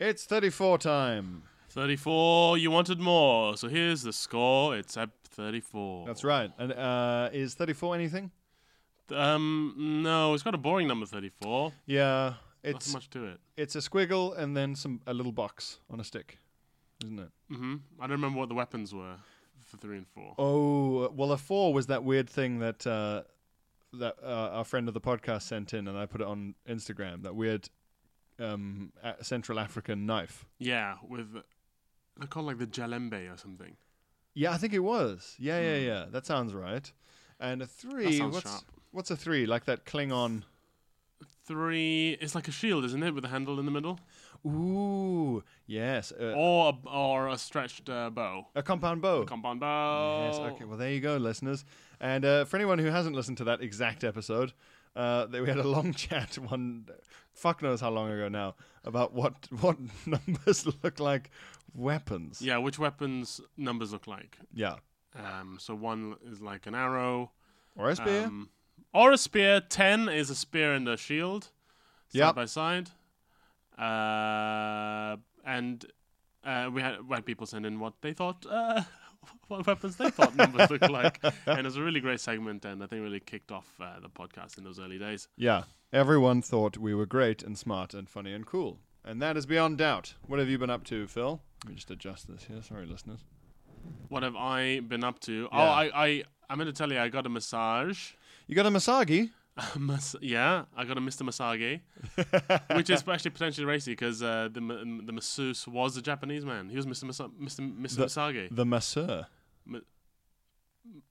It's 34 time. 34, you wanted more. So here's the score. It's at 34. That's right. And uh, is 34 anything? Um, no, it's got a boring number 34. Yeah, Not it's much to it. it's a squiggle and then some a little box on a stick, isn't it? hmm I don't remember what the weapons were for 3 and 4. Oh, well, a four was that weird thing that uh, that uh, our friend of the podcast sent in, and I put it on Instagram. That weird um, a- Central African knife. Yeah, with. They're called like the Jalembe or something. Yeah, I think it was. Yeah, yeah, yeah. That sounds right. And a three. Hmm. sounds what's sharp. what's a three? Like that Klingon. Three. It's like a shield, isn't it? With a handle in the middle? Ooh, yes. Uh, Or a, or a stretched uh, bow. a compound bow. Compound bow. Oh. Yes, okay. Well, there you go, listeners. And uh, for anyone who hasn't listened to that exact episode, uh, that we had a long chat one, fuck knows how long ago now, about what what numbers look like weapons. Yeah, which weapons numbers look like. Yeah. Um, so one is like an arrow. Or a spear. Um, or a spear. Ten is a spear and a shield, side Yep. by side. Uh, and uh, we had we had people send in what they thought, uh, what weapons they thought numbers looked like, and it was a really great segment, and I think really kicked off uh, the podcast in those early days. yeah. Everyone thought we were great and smart and funny and cool. And that is beyond doubt. What have you been up to, Phil? Let me just adjust this here. Sorry, listeners. What have I been up to? Oh, Yeah. I I I meant to tell you I got a massage. You got a Masagi? Mas- yeah, I got a Mr. Masage, which is actually potentially racy because uh, the ma- the masseuse was a Japanese man. He was Mr. Masa- Mr. Mr. Masage. The masseur.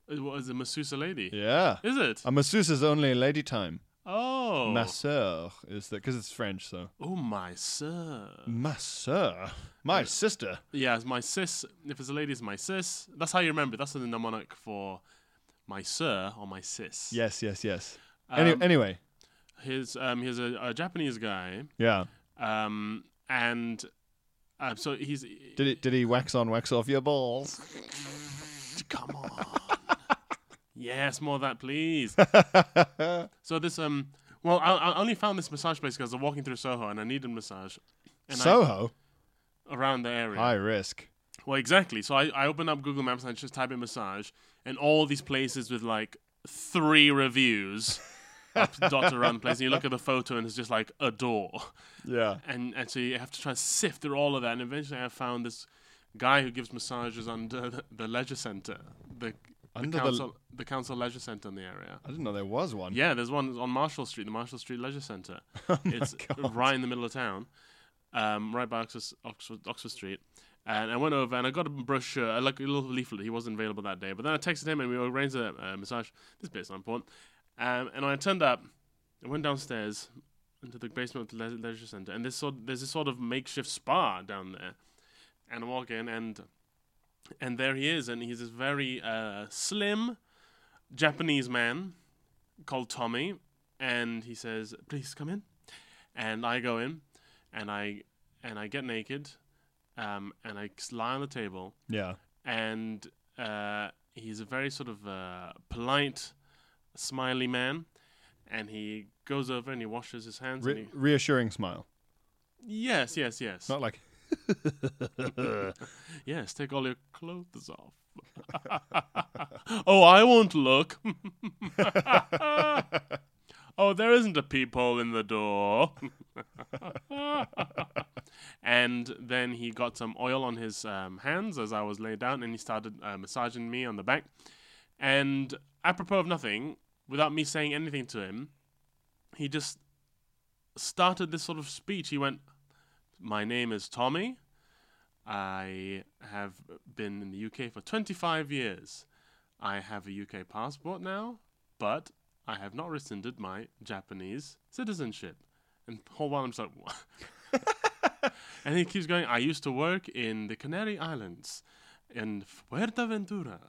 It was a masseuse lady. Yeah. Um, Is it? A masseuse is only lady time. oh. Masseur is that because it's French, so. oh, my sir. Masseur. My sister. Yeah, it's my sis. If it's a lady, it's my sis. That's how you remember. it. That's the mnemonic for my sir or my sis. Yes, yes, yes. Any- Um, anyway, His, um, he's a, a Japanese guy. yeah. Um, and uh, so he's. Did he did he wax on wax off your balls? Come on. yes, more of that, please. so this um, well, I, I only found this massage place because I was walking through Soho and I needed a massage. And I- Soho, around the area. high risk. Well, exactly. So I, I opened up Google Maps and I just type in massage, and all these places with like three reviews are dotted around the place. And you look at the photo, and it's just like a door. Yeah. And, and so you have to try and sift through all of that. And eventually, I found this guy who gives massages under the, the leisure center, the, Under the the- council, the... council leisure center in the area. I didn't know there was one. Yeah, there's one on Marshall Street, the Marshall Street Leisure Centre. it's right in the middle of town, um, right by Oxford, Oxford, Oxford Street. And I went over and I got a brochure, uh, like a little leaflet. He wasn't available that day, but then I texted him and we arranged a uh, massage. This bit's not important. Um, and I turned up, I went downstairs into the basement of the le- leisure centre, and this sort there's this sort of makeshift spa down there. And I walk in and and there he is, and he's this very uh, slim Japanese man called Tommy, and he says, "Please come in." And I go in, and I and I get naked, um, and I s- lie on the table, Yeah. and uh, he's a very sort of uh, polite, smiley man, and he goes over and he washes his hands. Re- and he, reassuring smile. yes, yes, yes, Not like yes. Take all your clothes off. oh, I won't look. oh, there isn't a peephole in the door. and then he got some oil on his um, hands as I was laid down, and he started uh, massaging me on the back. And apropos of nothing, without me saying anything to him, he just started this sort of speech. He went, "My name is Tommy. I have been in the UK for 25 years. I have a UK passport now, but I have not rescinded my Japanese citizenship." And whole while I'm just like, what? and he keeps going. I used to work in the Canary Islands, in Fuerteventura,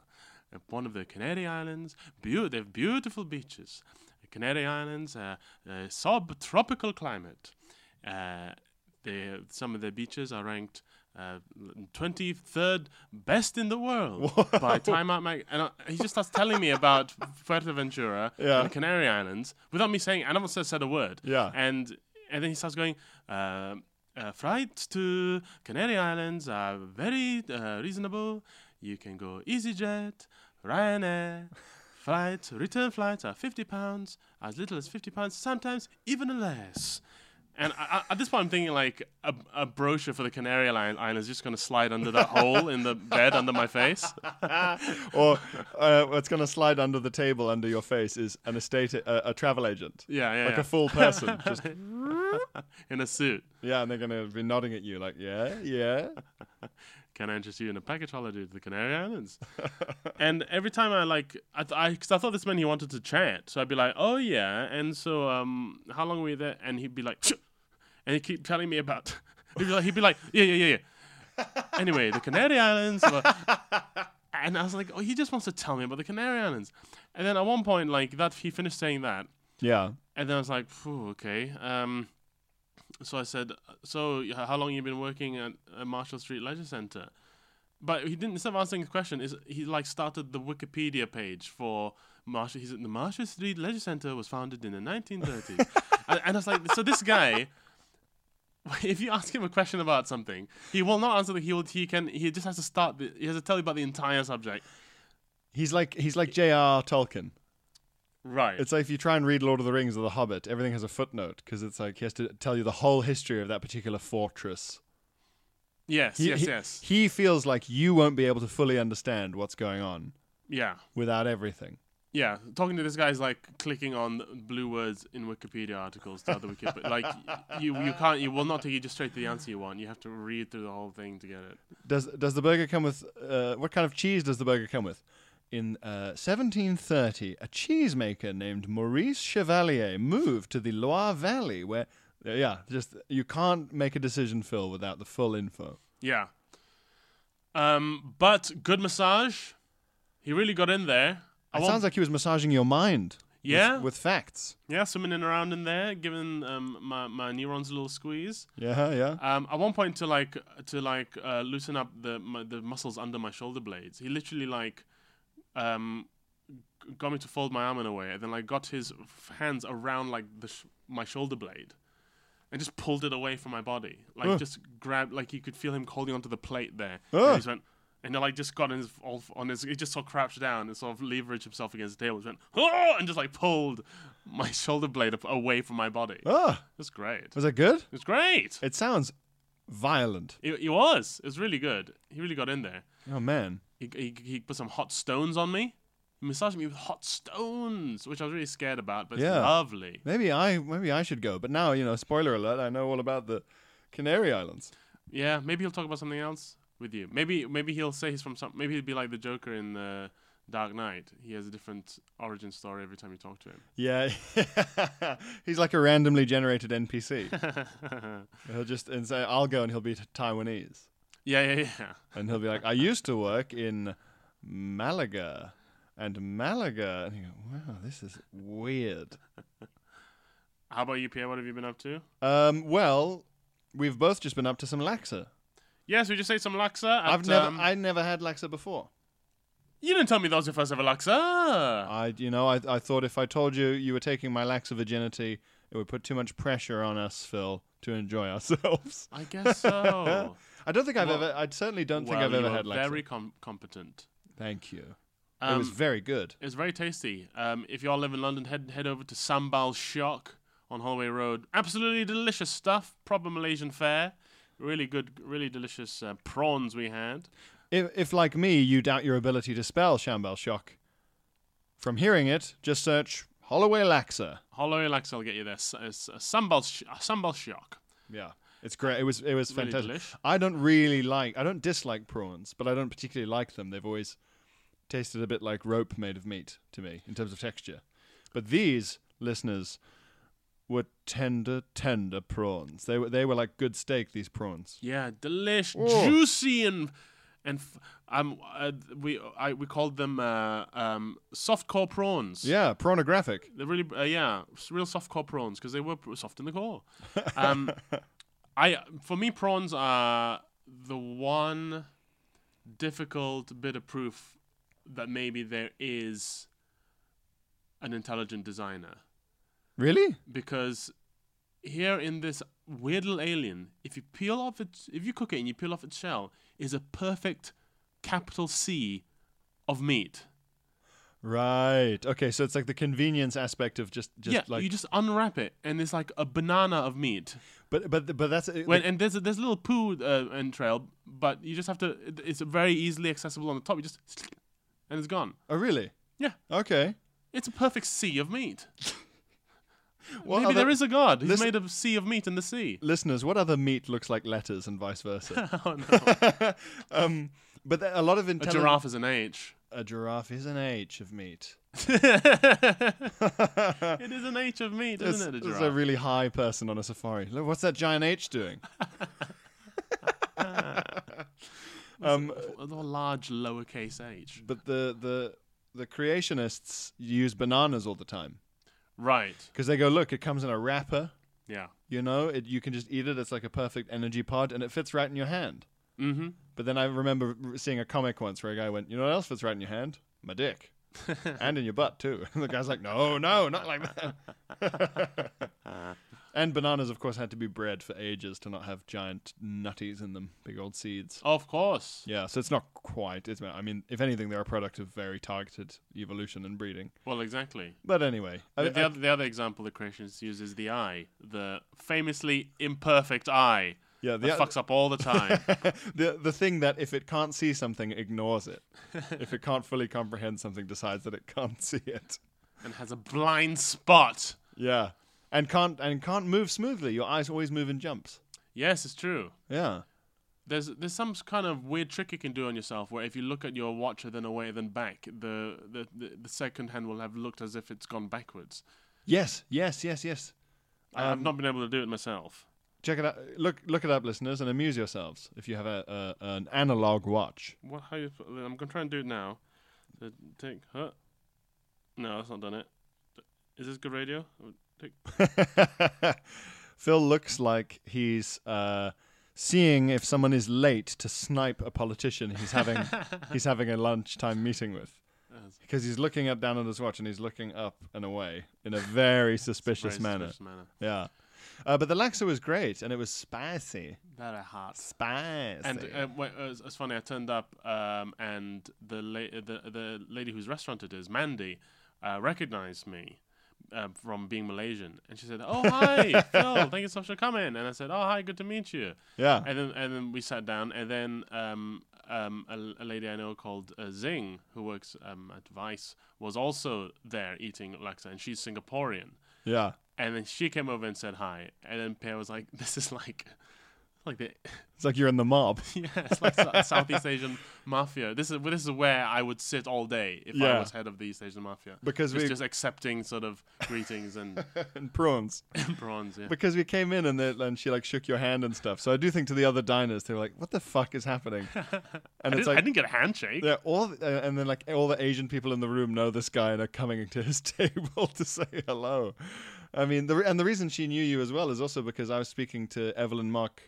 uh, one of the Canary Islands. Beau- they have beautiful beaches. The Canary Islands, uh, uh, subtropical climate. Uh, they, some of their beaches are ranked uh, 23rd best in the world by Time Out Mag. And I, he just starts telling me about Fuerteventura Yeah. and the Canary Islands without me saying, I never said, said a word. Yeah. And and then he starts going, uh, uh, flights to Canary Islands are very uh, reasonable. You can go EasyJet, Ryanair. Flights, return flights are 50 pounds, as little as 50 pounds, sometimes even less. And I, I, at this point, I'm thinking like a, a brochure for the Canary Island Island is just going to slide under that hole in the bed under my face. or uh, what's going to slide under the table under your face is an estate, uh, a, a travel agent. Yeah, yeah, Like yeah. a full person. Just in a suit. yeah, and they're going to be nodding at you like, yeah, yeah. can I interest you in a package holiday to the Canary Islands? and every time I like, I, th- I, cause I thought this meant he wanted to chat, so I'd be like, oh yeah, and so um, how long were you there? And he'd be like, "Phew," and he'd keep telling me about, he'd be like, he'd be like yeah, yeah, yeah, yeah. anyway, the Canary Islands. were- and I was like, oh, he just wants to tell me about the Canary Islands. And then at one point, like that, he finished saying that, Yeah. and then I was like, "Phew, okay. Um, so I said, so h- how long you been working at, at Marshall Street Leisure Centre? But he didn't. Instead of answering his question, is he like started the Wikipedia page for Marshall? He said the Marshall Street Leisure Centre was founded in the 1930s, and, and I was like, so this guy. If you ask him a question about something, he will not answer. The, he will. He can. He just has to start. The, he has to tell you about the entire subject. He's like he's like J.R.R. Tolkien. Right. It's like if you try and read Lord of the Rings or The Hobbit, everything has a footnote because it's like he has to tell you the whole history of that particular fortress. yes. He- yes. he- yes. He feels like you won't be able to fully understand what's going on yeah. without everything. Yeah, talking to this guy is like clicking on blue words in Wikipedia articles to other Wikipedia. like you, you can't, you will not take you just straight to the answer you want. You have to read through the whole thing to get it. Does does the burger come with uh, what kind of cheese does the burger come with? In uh, 1730, a cheesemaker named Maurice Chevalier moved to the Loire Valley, where uh, yeah, just you can't make a decision, Phil, without the full info. Yeah. Um, but good massage. He really got in there. I It won't- sounds like he was massaging your mind. with- Yeah. with, facts. yeah, swimming in around in there, giving um, my my neurons a little squeeze. Yeah, yeah. Um, at one point to like to like uh, loosen up the my, the muscles under my shoulder blades. He literally like um, g- got me to fold my arm in a way, and then like got his f- hands around like the sh- my shoulder blade, and just pulled it away from my body. Like just grabbed like you could feel him holding onto the plate there. And he just went. And then, like, just got his, all f- on his, he just sort of crouched down and sort of leveraged himself against the table. Just went, oh, and just like pulled my shoulder blade up, away from my body. Oh, That's great. was that good? It's great. It sounds violent. It, it was. It was really good. He really got in there. Oh man. He, he, he put some hot stones on me. He massaged me with hot stones, which I was really scared about, but Yeah. it's lovely. Maybe I maybe I should go. But now, you know, spoiler alert, I know all about the Canary Islands. Yeah, maybe he'll talk about something else with you. Maybe maybe he'll say he's from some. Maybe he'll be like the Joker in the Dark Knight. He has a different origin story every time you talk to Yeah. He's like a randomly generated NPC. him. he'll just and say I'll go and he'll be Taiwanese. yeah, yeah, yeah. And he'll be like, I used to work in Malaga. And Malaga and you go, Wow, this is weird. How about you, Pierre? What have you been up to? Um, well, we've both just been up to some laxer. Yes, we just ate some laksa. At, I've never um, I never had laxer before. you didn't tell me that was your first ever laksa. I, you know, I, I thought if I told you you were taking my lax virginity, it would put too much pressure on us, Phil, to enjoy ourselves. I guess so. I don't think I've Well- ever. I certainly don't well, think I've you ever are had lax. very com- competent. Thank you. it Um, was very good. It's very tasty. Um, if you all live in London, head head over to Sambal Shock on Holloway Road. Absolutely delicious stuff. Proper Malaysian fare. Really good, really delicious uh, prawns we had. If, if like me, you doubt your ability to spell Shambal Shock, from hearing it, just search Holloway Laxer. Holloway Lax, I'll get you there. S- uh, s- uh, Sambal, sh- uh, Sambal Shock. Yeah. It's great. It was it was Really fantastic. delish. I don't really like I don't dislike prawns, but I don't particularly like them. They've always tasted a bit like rope made of meat to me in terms of texture. But these listeners were tender, tender prawns. They were they were like good steak. These prawns. Yeah, delish, juicy, and and f- um, uh, we I we called them uh, um, softcore prawns. Yeah, pornographic. they're really uh, yeah, s- real softcore prawns because they were pr- soft in the core. Um, I for me prawns are the one difficult bit of proof that maybe there is an intelligent designer Really? because here in this weird little alien, if you peel off its, if you cook it and you peel off its shell, is a perfect capital C of meat. Right. Okay. So it's like the convenience aspect of just just yeah, like. you just unwrap it and it's like a banana of meat. but but but that's When, and there's a, there's a little poo uh, entrail, but you just have to. it- It's very easily accessible on the top. You just and it's gone. oh really? Yeah, Okay. it's a perfect sea of meat. What Maybe other- there is a god. He's Listen- made a sea of meat in the sea. listeners, what other meat looks like letters and vice versa? Oh no, um, but there- a lot of a intelligence. giraffe is an H. A giraffe is an H of meat. it is an H of meat, This isn't it? A this giraffe. is a really high person on a safari. Look, what's that giant H doing? um, a large lowercase h. but the the the creationists use bananas all the time Right. because they go, look, it comes in a wrapper. Yeah. You know, it, you can just eat it. It's like a perfect energy pod, and it fits right in your hand. Mm-hmm. But then I remember r- seeing a comic once where a guy went, "You know what else fits right in your hand? My dick, and in your butt too." And the guy's like, "No, no, not like that." and bananas, of course, had to be bred for ages to not have giant nutties in them, big old seeds. Of course. Yeah, so it's not quite. It's I mean, if anything, they're a product of very targeted evolution and breeding. Well, exactly. But anyway, I- The, the I- other, the other example the creationists use is the eye, the famously imperfect eye. Yeah, the that o- fucks up all the time. the the thing that if it can't see something, ignores it. if it can't fully comprehend something, decides that it can't see it. and has a blind spot. Yeah. And can't and can't move smoothly. Your eyes always move in jumps. Yes, it's true. Yeah. There's there's some s- kind of weird trick you can do on yourself where if you look at your watch then away then back, the the, the, the second hand will have looked as if it's gone backwards. Yes, yes, yes, yes. I Um, I've not been able to do it myself. Check it out. Look look it up, listeners, and amuse yourselves if you have a, a an analog watch. What? How you? put- I'm gonna try and do it now. So take huh? No, that's not done it. Is this good radio? Oh, Take, Phil looks like he's uh, seeing if someone is late to snipe a politician he's having he's having a lunchtime meeting with. Because he's looking up down at his watch and he's looking up and away in a very suspicious very manner. suspicious manner. Yeah. Uh, but the Laxa was great and it was spicy. Very hard. Spicy. And uh, wait, uh, it's, it's funny. I turned up, um, and the, la- the the lady whose restaurant it is, Mandy, uh, recognized me uh, from being Malaysian, and she said, "Oh hi, Phil. Thank you so much for coming." And I said, "Oh hi, good to meet you." Yeah. And then and then we sat down, and then um, um, a, a lady I know called uh, Zing, who works um, at Vice, was also there eating laksa, and she's Singaporean. yeah. And then she came over and said hi, and then Pear was like, "This is like." Like the It's like you're in the mob. yeah, it's like Sou- Southeast Asian mafia. This is this is where I would sit all day if Yeah. I was head of the East Asian mafia. Because just, we- just accepting sort of greetings and and prawns. prawns. Yeah. Because we came in and, they, and she like shook your hand and stuff. So I do think to the other diners, they were like, what the fuck is happening? And I, it's didn't, like, I didn't get a handshake. yeah, all the, uh, and then like all the Asian people in the room know this guy and are coming to his table to say hello. I mean, the, re- and the reason she knew you as well is also because I was speaking to Evelyn Mark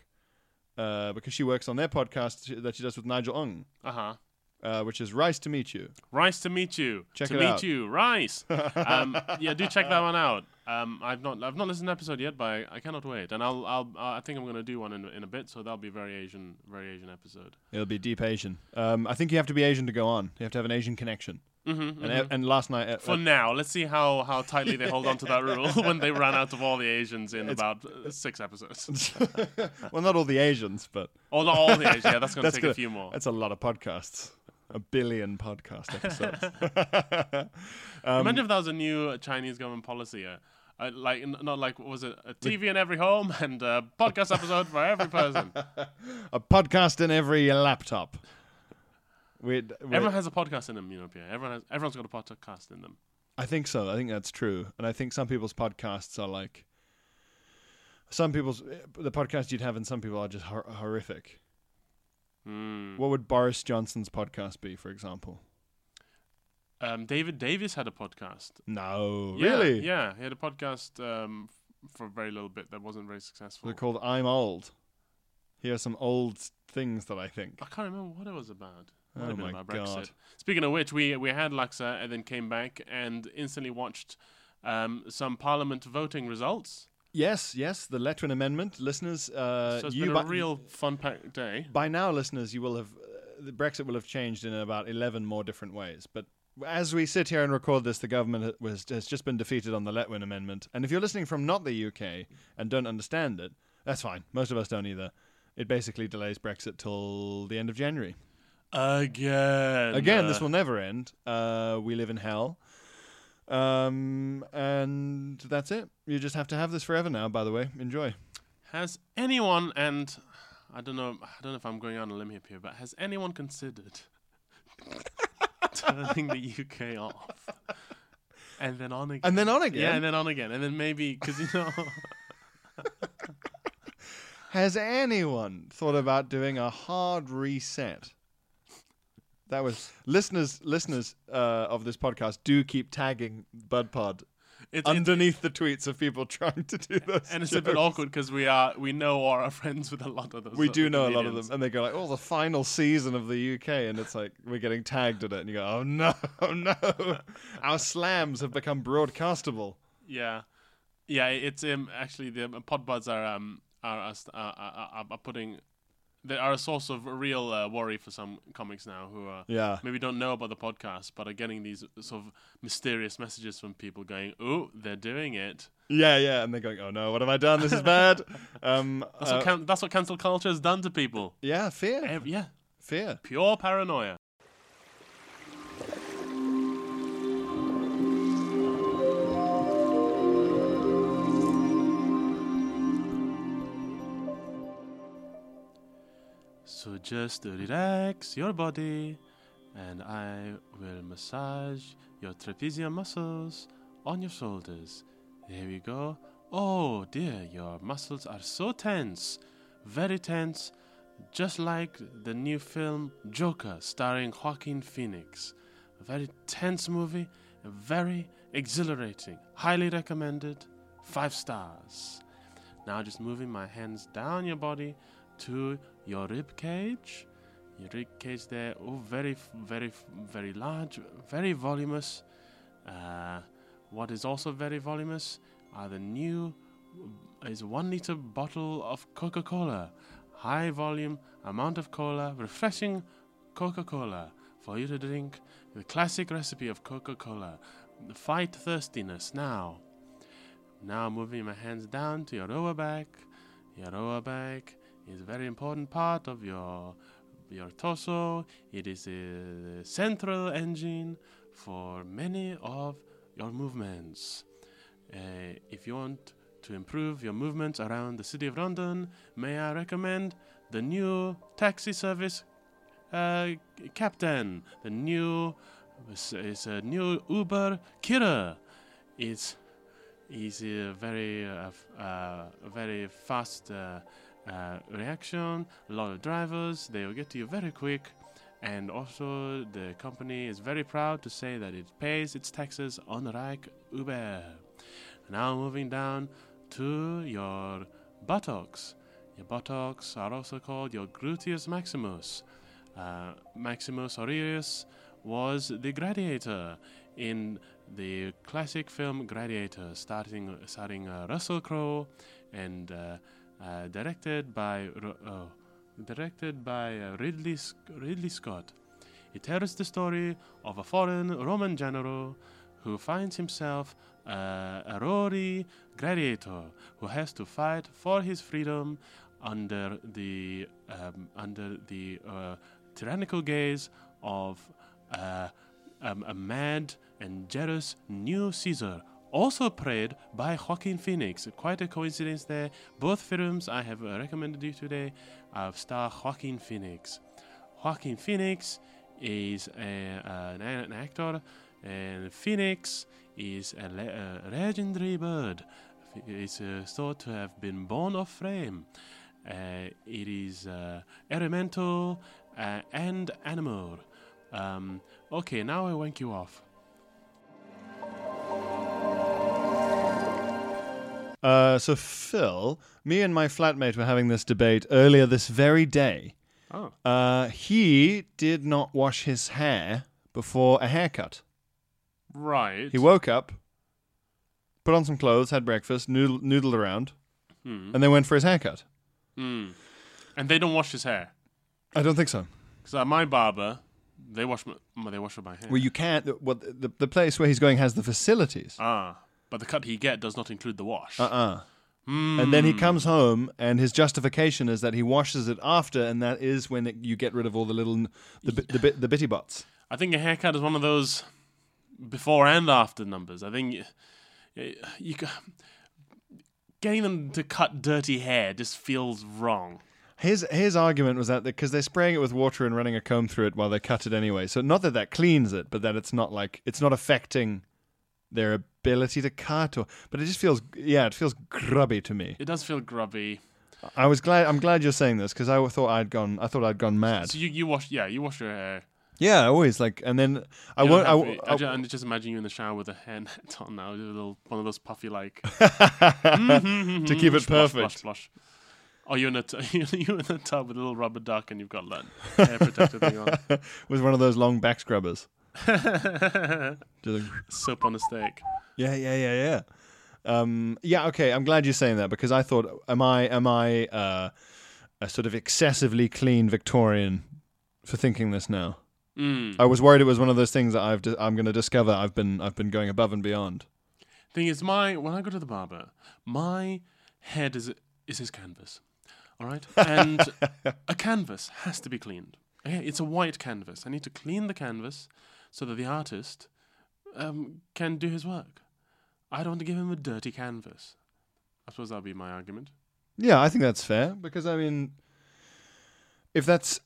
uh, because she works on their podcast that she does with Nigel Ong, Uh huh. uh, which is Rice to Meet You. Rice to meet you. Check to it meet out. you, Rice. um, yeah, do check that one out. Um, I've not I've not listened to the episode yet, but I, I cannot wait. And I'll I'll uh, I think I'm gonna do one in in a bit, so that'll be a very Asian very Asian episode. It'll be deep Asian. Um, I think you have to be Asian to go on. You have to have an Asian connection. Mm-hmm, and, and last night, uh, For now, let's see how, how tightly they hold on to that rule when they run out of all the Asians in about uh, six episodes. uh, well, not all the Asians, but Oh, not all the age. Yeah, that's going to that's take gonna- a few more. That's a lot of podcasts. A billion podcast episodes. Um, Imagine if that was a new uh, Chinese government policy. Uh, uh, like, n- not like, what was it? A TV in every home and a podcast episode for every person. a podcast in every laptop. We'd, we Everyone has a podcast in them, you know, Pierre. Everyone has, everyone's got a podcast in them. I think so. I think that's true. And I think some people's podcasts are like some people's the podcasts you'd have and some people are just hor- horrific. Mm. What would Boris Johnson's podcast be, for example? Um, David Davis had a podcast. No, Yeah, Oh, really? Yeah, he had a podcast um, f- for a very little bit that wasn't very successful. They're called I'm Old. Here are some old things that I think. I can't remember what it was about. Might Oh have been my about God. Speaking of which, we we had Luxa and then came back and instantly watched um, some Parliament voting results. Yes, yes, the Letwin Amendment, listeners. Uh, so it's you been a bu- real fun packed day. by now, listeners, you will have uh, the Brexit will have changed in about eleven more different ways. But as we sit here and record this, the government ha- was has just been defeated on the Letwin Amendment. And if you're listening from not the UK and don't understand it, that's fine. Most of us don't either. It basically delays Brexit till the end of January. Again. Again, this will never end. Uh, we live in hell. Um, and that's it. You just have to have this forever now. By the way, enjoy. Has anyone and I don't know I don't know if I'm going on a limb here, but has anyone considered turning the UK off and then on again? And then on again. Yeah, and then on again, and then maybe because you know Has anyone thought about doing a hard reset? That was listeners. Listeners uh, of this podcast do keep tagging BudPod it's, it's underneath the tweets of people trying to do this, and it's a bit awkward because we are we know or are friends with a lot of those. We uh, do know a lot of comedians. them, and they go like, "Oh, the final season of the UK," and it's like we're getting tagged in it, and you go, "Oh no, oh no, our slams have become broadcastable." Yeah, yeah. It's um actually the um, podbuds are um are are, st- are, are, are- are putting they are a source of real uh, worry for some comics now who are Yeah. maybe don't know about the podcast but are getting these sort of mysterious messages from people going oh they're doing it. Yeah, yeah, and they're going, "Oh no, what have I done? This is bad." Um, That's uh, what can- that's what cancel culture has done to people. yeah, fear, Ev- yeah, fear. pure paranoia. So just relax your body, and I will massage your trapezium muscles on your shoulders. There we go. Oh dear, your muscles are so tense, very tense, just like the new film Joker starring Joaquin Phoenix. A very tense movie, and very exhilarating. Highly recommended. Five stars. Now just moving my hands down your body to your rib cage. Your rib cage there, oh, very, f- very, f- very large, very voluminous. Uh, what is also very voluminous are the new is one liter bottle of Coca-Cola, high volume amount of cola, refreshing Coca-Cola for you to drink. The classic recipe of Coca-Cola. Fight thirstiness now. Now moving my hands down to your lower back. Your lower back is a very important part of your your torso. It is a central engine for many of your movements. Uh, if you want to improve your movements around the city of London, may I recommend the new taxi service uh, Captain, the new it's, it's a new Uber Kira. It's is a very uh, f- uh, very fast uh, uh, reaction. A lot of drivers, they will get to you very quick. And also, the company is very proud to say that it pays its taxes on Reich Uber. Now moving down to your buttocks. Your buttocks are also called your gluteus maximus. Uh, Maximus Aurelius was the gladiator in the classic film Gladiator, starting starring uh, Russell Crowe and uh, uh, directed by Ru- oh, directed by uh, Ridley Sc- Ridley Scott. It tells the story of a foreign Roman general who finds himself uh, a Rory gladiator who has to fight for his freedom under the um, under the uh, tyrannical gaze of uh, um, a mad and jealous new Caesar. Also played by Joaquin Phoenix. Quite a coincidence there. Both films I have uh, recommended you today uh, star Joaquin Phoenix. Joaquin Phoenix is a, uh, an, an actor, and Phoenix is a, le- a legendary bird. is uh, thought to have been born of frame. Uh, it is uh, elemental uh, and animal. Um, okay, now I wank you off. Uh, so Phil, me and my flatmate were having this debate earlier this very day. Oh. Uh, he did not wash his hair before a haircut. Right. He woke up, put on some clothes, had breakfast, noodle- noodled around, Hmm. and then went for his haircut. and they don't wash his hair. I don't think so. Because at my barber, they wash my, my- they wash my hair. Well, you can't. th- What the, the place where he's going has the facilities. ah, but the cut he get does not include the wash. Hmm. Uh-uh. And then he comes home, and his justification is that he washes it after, and that is when it, you get rid of all the little n- the bit the, bit the bitty bots. I think a haircut is one of those before and after numbers. I think you, you, ca- getting them to cut dirty hair just feels wrong. His his argument was that because they're spraying it with water and running a comb through it while they cut it anyway, so not that that cleans it, but that it's not like it's not affecting their ability to cut. Or but it just feels yeah, it feels grubby to me. It does feel grubby. I was glad I'm glad you're saying this because I thought I'd gone I thought I'd gone mad. So you, you wash yeah you wash your hair. Yeah, I always like and then I You won't. I, don't have to- I, I- ju- I just imagine you in the shower with a hairnet on now, a little one of those puffy like to keep it Blush, perfect. blush, blush. Oh, you're in a t- you're in a tub with a little rubber duck, and you've got that hair protector thing on. with one of those long back scrubbers. Just like, Soap on a steak. yeah, yeah, yeah, yeah. Um, yeah, okay. I'm glad you're saying that because I thought, am I am I uh, a sort of excessively clean Victorian for thinking this now? Mm. I was worried it was one of those things that I've di- I'm going to discover I've been I've been going above and beyond. Thing is, my when I go to the barber, my head is is his canvas. All right, and a canvas has to be cleaned. Okay, it's a white canvas. I need to clean the canvas so that the artist um, can do his work. I don't want to give him a dirty canvas. I suppose that'll be my argument. Yeah, I think that's fair because I mean, if that's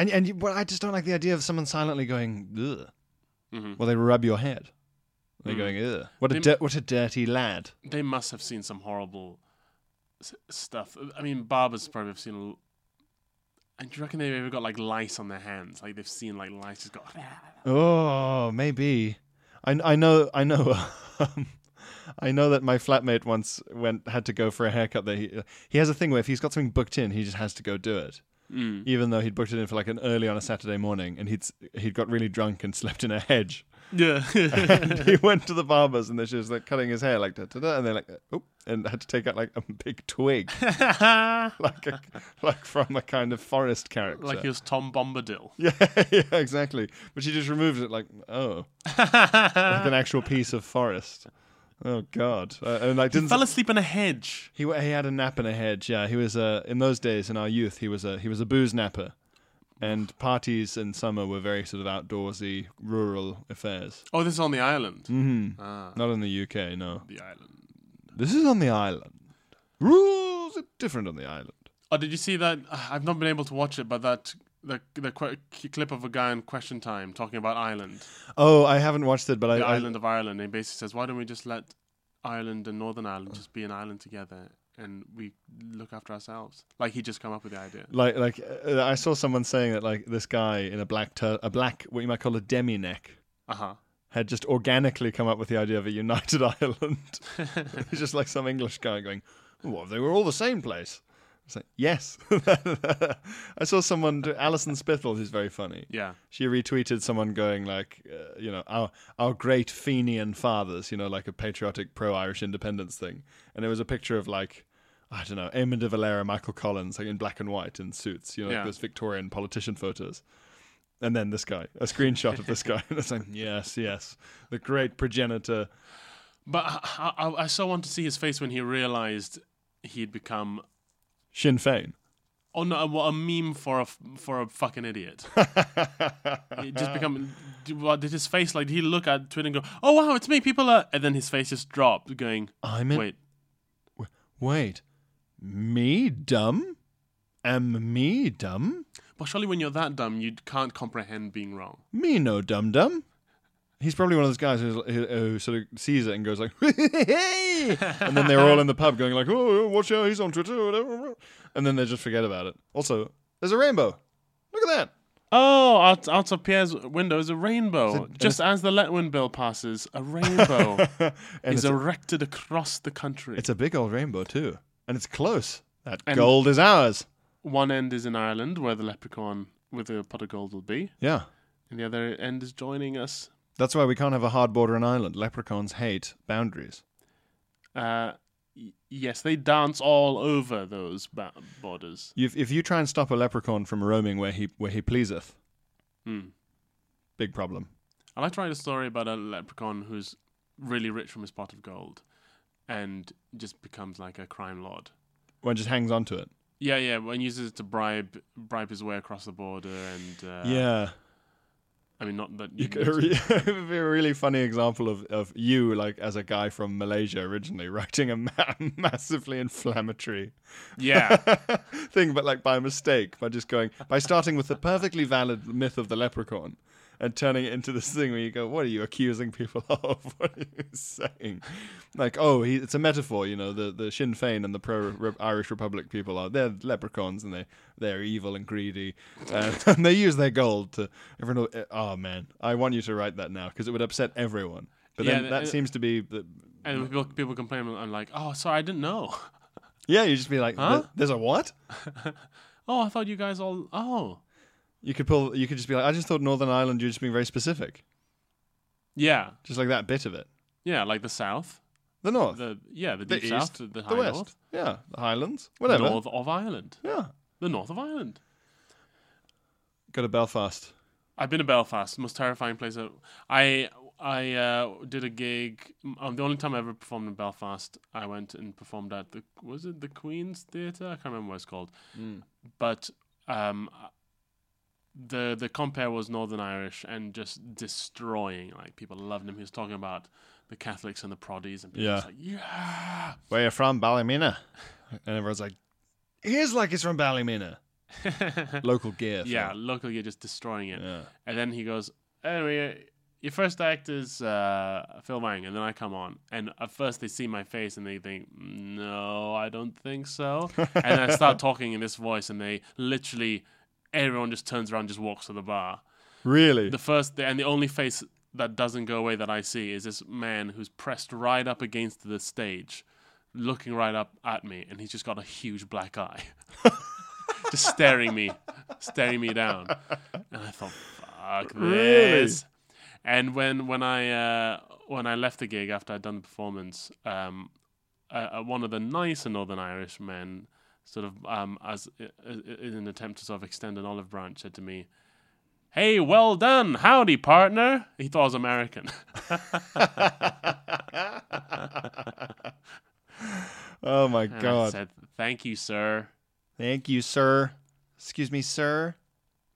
and and you, well, I just don't like the idea of someone silently going ugh while they rub your head. They're going ugh. What a They- di- what a dirty lad. they must have seen some horrible s- stuff. I mean, barbers probably have seen. a l- And do you reckon they've ever got like lice on their hands? Like they've seen like lice just got. Oh, maybe. I I know I know. um, I know that my flatmate once went had to go for a haircut. That he he has a thing where if he's got something booked in, he just has to go do it. Mm. Even though he'd booked it in for like an early on a Saturday morning, and he'd s- he'd got really drunk and slept in a hedge. Yeah. and he went to the barbers and they're just like cutting his hair like da, da, da, and they're like oh and had to take out like a big twig like a, like from a kind of forest character like he was Tom Bombadil. yeah, yeah exactly but she just removed it like oh like an actual piece of forest oh god uh, and like didn't Fell asleep in a hedge. he wa- he had a nap in a hedge. Yeah, he was uh, in those days in our youth. He was a he was a booze napper, and parties in summer were very sort of outdoorsy, rural affairs. Oh, this is on the island. Ah. Not in the UK, no. The island. This is on the island. Rules are different on the island. Oh, did you see that? I've not been able to watch it, but that the the qu- clip of a guy in Question Time talking about Ireland, Oh, I haven't watched it, but I, the I- island of Ireland. And he basically says, why don't we just let Ireland and Northern Ireland just be an island together? And we look after ourselves. Like he just come up with the idea. like like uh, I saw someone saying that like this guy in a black tur- a black what you might call a demi neck Uh huh. had just organically come up with the idea of a united Ireland. it was just like some English guy going, "Oh, "What if they were all the same place?" It's like yes. I saw someone, Alison Spittle, who's very funny. Yeah. she retweeted someone going like, uh, you know, our our great Fenian fathers, you know, like a patriotic pro-Irish independence thing, and it was a picture of like, I don't know, Eamon de Valera, Michael Collins, like in black and white in suits, you know, Yeah. like those Victorian politician photos, and then this guy, a screenshot of this guy, and it's like, yes, yes, the great progenitor. But I, I, I so want to see his face when he realized he'd become Sinn Fein. oh no, a, a meme for a f- for a fucking idiot. He just become. What did his face like? Did he look at Twitter and go, "Oh wow, it's me"? People are, and then his face just dropped, going, I'm in- "Wait, Wait, me dumb? Am me dumb? but surely when you're that dumb, you can't comprehend being wrong." Me no dum dum. He's probably one of those guys who's, who, who sort of sees it and goes like, "Hey!" and then they're all in the pub going like, "Oh, watch out, he's on Twitter," whatever. and then they just forget about it. Also, there's a rainbow. Look at that. Oh, out, out of Pierre's window is a rainbow. Just as the Letwin bill passes, a rainbow is erected across the country. It's a big old rainbow too, and it's close. That gold is ours. One end is in Ireland, where the leprechaun with the pot of gold will be, Yeah, and the other end is joining us. that's why we can't have a hard border in Ireland. Leprechauns hate boundaries. Uh, y- yes, they dance all over those ba- borders. If, if you try and stop a leprechaun from roaming where he where he pleaseth, Hmm. big problem. I like to write a story about a leprechaun who's really rich from his pot of gold, and just becomes like a crime lord. One just hangs on to it. Yeah, yeah, and uses it to bribe bribe his way across the border, and uh, yeah. I mean, not that You you could, it would be a really funny example of, of you, like as a guy from Malaysia originally, writing a ma- massively inflammatory yeah, thing, but like by mistake, by just going, by starting with the perfectly valid myth of the leprechaun and turning it into this thing where you go, what are you accusing people of? What are you saying? Like, oh, he, it's a metaphor, you know, the, the Sinn Féin and the pro Re- Irish Republic people are, they're leprechauns and they, they're evil and greedy. And, and they use their gold to, everyone, will- oh man, I want you to write that now because it would upset everyone. But then Yeah, that and- seems to be the, and when people people complain. I'm like, oh, sorry, I didn't know. yeah, you just be like, "There- there's a what? Oh, I thought you guys all. Oh, You could pull. You could just be like, I just thought Northern Ireland. You're just being very specific, yeah, just like that bit of it. yeah, like the south, The North, the, the yeah, the, deep East, south, the, high West, north, yeah, the Highlands, the whatever. north of Ireland, Yeah, the north of Ireland. go to Belfast. I've been to Belfast, most terrifying place. I- I I uh, did a gig. Um, the only time I ever performed in Belfast, I went and performed at the was it the Queen's Theatre? I can't remember what it's called. But um, the the compare was Northern Irish and just destroying. Like people loved him. He was talking about the Catholics and the Proddies, and people Yeah. was like, yeah, Where you from, Ballymena? And everyone's like, here's like it's from Ballymena. Local gear. for yeah, it. locally you're just destroying it. Yeah. And then he goes, anyway, your first act is uh, Phil Wang, and then I come on. And at first they see my face and they think, no, I don't think so. and then I start talking in this voice, and they literally, everyone just turns around, and just walks to the bar. Really? The first and the only face that doesn't go away that I see is this man who's pressed right up against the stage, looking right up at me, and he's just got a huge black eye, just staring me, staring me down. And I thought, fuck this. And when when I uh, when I left the gig after I'd done the performance, um, uh, uh, one of the nicer Northern Irish men, sort of um, as i- i- in an attempt to sort of extend an olive branch, said to me, "Hey, well done, howdy, partner." He thought I was American. oh my And I god. said, "Thank you, sir." Thank you, sir. Excuse me, sir.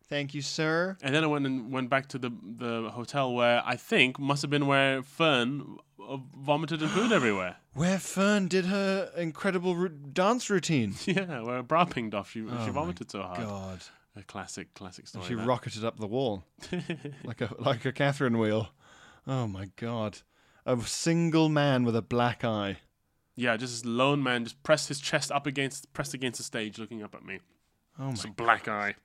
Thank you, sir. And then I went and went back to the the hotel where I think must have been where Fern uh, vomited and pooed everywhere. Where Fern did her incredible ru- dance routine. Yeah, where a bra pinged off. She she vomited so hard. Oh God. A classic, classic story. She that. rocketed up the wall like a like a Catherine wheel. Oh my god! A single man with a black eye. Yeah, just this lone man just pressed his chest up against, pressed against the stage, looking up at me. Oh my! Some black eye.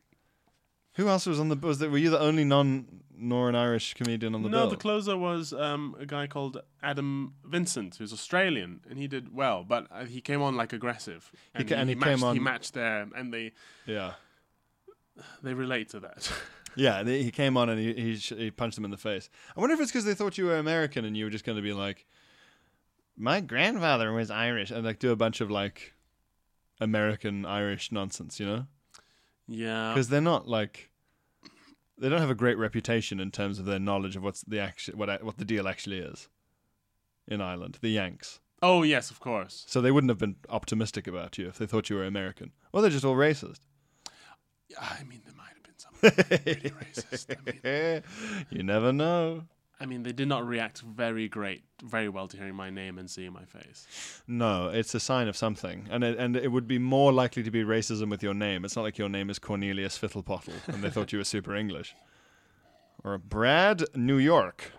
Who else was on the? Was there, were you the only non Northern Irish comedian on the no, bill? the closer was um, a guy called Adam Vincent, who's Australian, and he did well, but uh, he came on like aggressive. ca- and he matched, came He on- matched there, and they yeah, they relate to that. yeah. They, he came on and he he, sh- he punched him in the face. I wonder if it's because they thought you were American and you were just going to be like, my grandfather was Irish and like do a bunch of like American Irish nonsense, you know? yeah, because they're not like they don't have a great reputation in terms of their knowledge of what's the action, what a- what the deal actually is in Ireland, the Yanks. Oh yes, of course. So they wouldn't have been optimistic about you if they thought you were American. Or they're just all racist. Yeah, I mean, there might have been some. racist, you never know. I mean, they did not react very great, very well to hearing my name and seeing my face. No, it's a sign of something, and it, and it would be more likely to be racism with your name. It's not like your name is Cornelius Fittlepottle, and they thought you were super English, or Brad New York.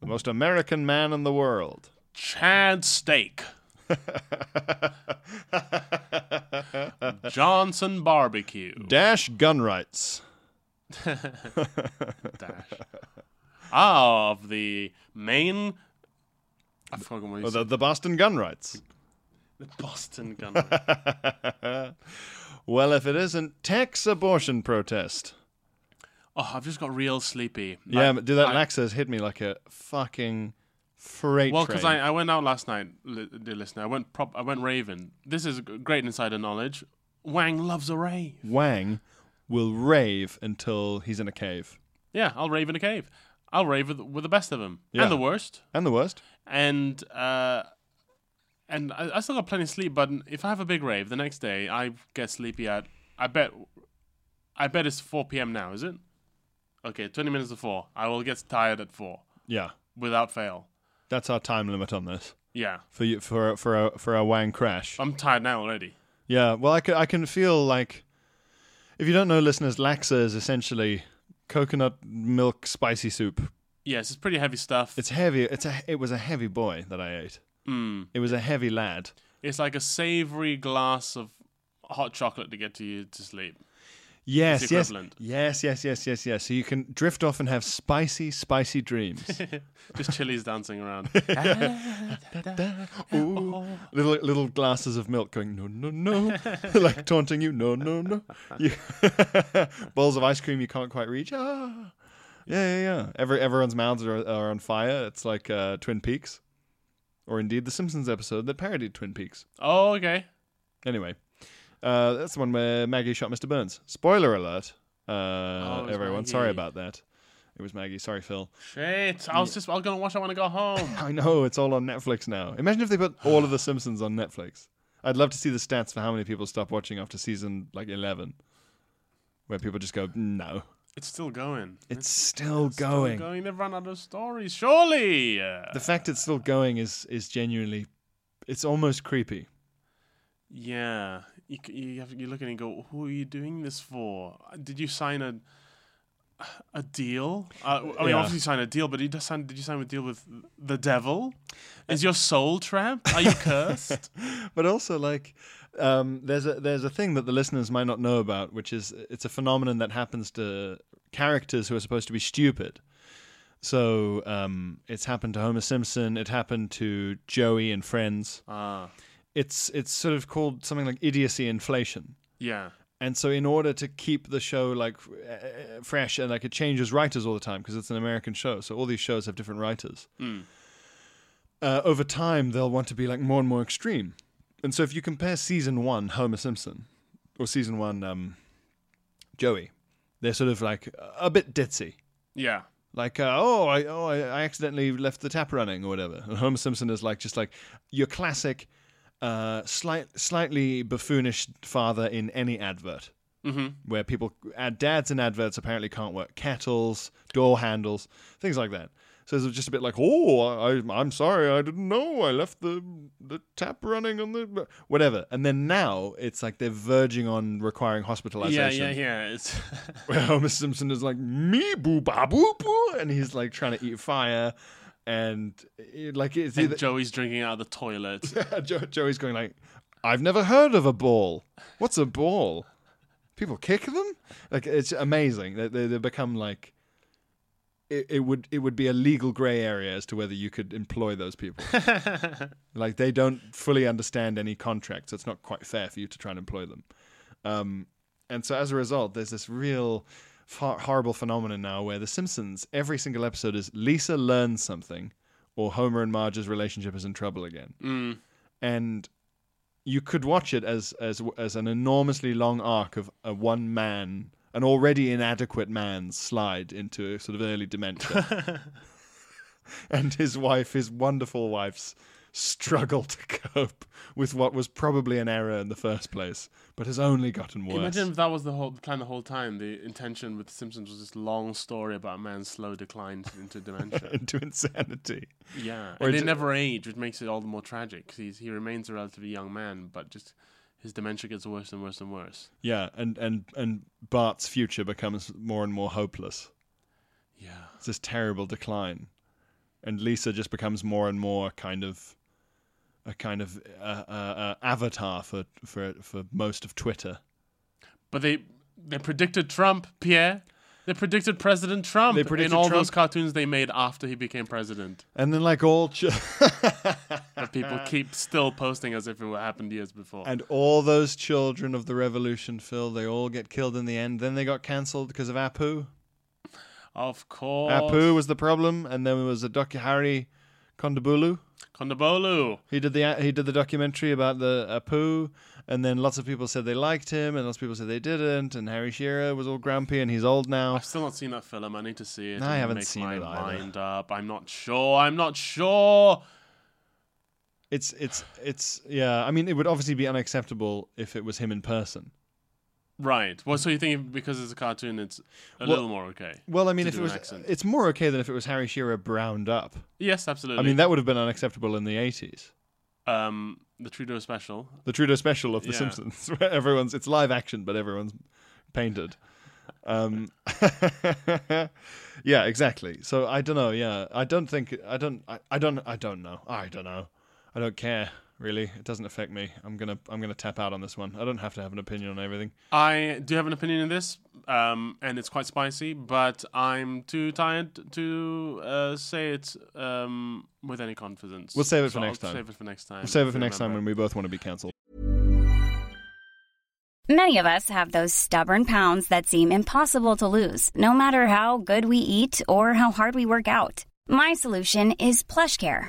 The most American man in the world. Chad Steak. Johnson Barbecue. Dash gun rights. Of the Maine. I forgot what he Or said. the, the Boston gun rights. The Boston Gunner. Well, if it isn't tax abortion protest. oh, I've just got real sleepy. Yeah, I- but dude, that I- Lexus hit me like a fucking freight Well, train. because I, I went out last night, li- dear listener. I went prop. I went raving. This is g- great insider knowledge. Wang loves a rave. Wang will rave until he's in a cave. Yeah, I'll rave in a cave. I'll rave with, with the best of them Yeah. and the worst. And the worst. And uh, and I, I still got plenty of sleep. But if I have a big rave the next day, I get sleepy at. I bet. I bet it's four p.m. now. Is it? Okay, twenty minutes to four. I will get tired at four Yeah, without fail. that's our time limit on this Yeah, for you, for for a for a Wang crash. I'm tired now already. Yeah, well, I can, I can feel like if you don't know, listeners, laxa is essentially coconut milk spicy soup. Yes, it's pretty heavy stuff. It's heavy. It's a it was a heavy boy that I ate. Hmm. Mm. It was a heavy lad. It's like a savory glass of hot chocolate to get to you to sleep. Yes, It's yes, equivalent. yes, yes, yes, yes, yes. So you can drift off and have spicy, spicy dreams. Just chilies dancing around. Oh. Ooh. Little little glasses of milk going no no no, like taunting you no no no. You Bowls of ice cream you can't quite reach. Ah. Yeah yeah yeah. Every everyone's mouths are, are on fire. It's like uh, Twin Peaks, or indeed the Simpsons episode that parodied Twin Peaks. Oh, okay. Anyway, uh, that's the one where Maggie shot Mr. Burns. Spoiler alert, uh, Oh, it was everyone. Sorry Maggie. about that. It was Maggie. Sorry, Phil. Shit. I was just, I was going to watch I Want to Go Home. I know it's all on Netflix now. Imagine if they put all of the Simpsons on Netflix. I'd love to see the stats for how many people stop watching after season like eleven, where people just go, "No, It's still going. it's still Still going." going. They've run out of stories, surely. The fact it's still going is is genuinely, it's almost creepy. yeah. You, c- you, have, you look at it and go, who are you doing this for? Did you sign a a deal? Uh, I mean, Yeah. obviously you signed a deal, but did you, sign, did you sign a deal with the devil? Is your soul trapped? Are you cursed? But also, like, um, there's a there's a thing that the listeners might not know about, which is it's a phenomenon that happens to characters who are supposed to be stupid. So um, it's happened to Homer Simpson. It happened to Joey and Friends. Ah, it's it's sort of called something like idiocy inflation. yeah. And so, in order to keep the show like f- uh, fresh and like it changes writers all the time because it's an American show, so all these shows have different writers. Uh, over time, they'll want to be like more and more extreme. And so, if you compare season one Homer Simpson or season one um, Joey, they're sort of like a bit ditzy. Yeah. Like, uh, oh, I, oh, I, I accidentally left the tap running or whatever. And Homer Simpson is like, just like your classic, uh, slight, slightly buffoonish father in any advert. Mm-hmm. Where people, ad, dads in adverts apparently can't work kettles, door handles, things like that. So it's just a bit like, oh, I, I'm sorry, I didn't know, I left the the tap running on the whatever. And then now it's like they're verging on requiring hospitalization Yeah, yeah, yeah. It's where Homer Simpson is like me boo ba boo boo, and he's like trying to eat fire, and it, like it's and either Joey's drinking out of the toilet. Jo- Joey's going like, I've never heard of a ball. What's a ball? People kick them. Like it's amazing that they, they become like. It, it would it would be a legal gray area as to whether you could employ those people. like they don't fully understand any contract, so it's not quite fair for you to try and employ them. Um, and so as a result, there's this real far, horrible phenomenon now where The Simpsons, every single episode is Lisa learns something, or Homer and Marge's relationship is in trouble again. And you could watch it as as as an enormously long arc of a one man, an already inadequate man's slide into a sort of early dementia, and his wife, his wonderful wife's struggle to cope with what was probably an error in the first place, but has only gotten worse. Imagine if that was the whole the plan the whole time. The intention with The Simpsons was this long story about a man's slow decline into dementia. into insanity. yeah, Or and they it's- never age, which makes it all the more tragic. 'cause he's, he remains a relatively young man, but just his dementia gets worse and worse and worse. Yeah, and and and Bart's future becomes more and more hopeless. Yeah, It's this terrible decline. and Lisa just becomes more and more kind of a kind of uh, uh, uh, avatar for for for most of Twitter. But they they predicted Trump, Pierre. They predicted President Trump They predicted in all Trump. those cartoons they made after he became president. And then like all ch- That people keep still posting as if it happened years before. and all those children of the revolution, Phil, they all get killed in the end. Then they got cancelled because of Apu. of course, Apu was the problem, and then there was a docu Harry Kondabulu. Kondabolu. He did the he did the documentary about the Apu, and then lots of people said they liked him, and lots of people said they didn't. And Harry Shearer was all grumpy, and he's old now. I've still not seen that film. I need to see it. Oh. No, I and haven't make seen my it either. mind up. I'm not sure. I'm not sure. It's it's it's yeah. I mean, it would obviously be unacceptable if it was him in person. Right. Well, so you think because it's a cartoon, it's a Well- little more okay? Well, I mean, to if do it an was, accent. it's more okay than if it was Harry Shearer browned up. yes, I absolutely. mean, that would have been unacceptable in the eighties. um, the Trudeau special. The Trudeau special of The Yeah. Simpsons, where everyone's it's live action, but everyone's painted. Um, yeah, exactly. So I don't know. Yeah, I don't think I don't I, I don't I don't know. I don't know. I don't care really. It doesn't affect me. I'm gonna I'm gonna tap out on this one. I don't have to have an opinion on everything. I do have an opinion on this, um, and it's quite spicy, but I'm too tired to uh, say it um, with any confidence. We'll save it for So next I'll time. Save it for next time. We'll save it if for I next time when remember. we both want to be cancelled. Many of us have those stubborn pounds that seem impossible to lose, no matter how good we eat or how hard we work out. My solution is PlushCare.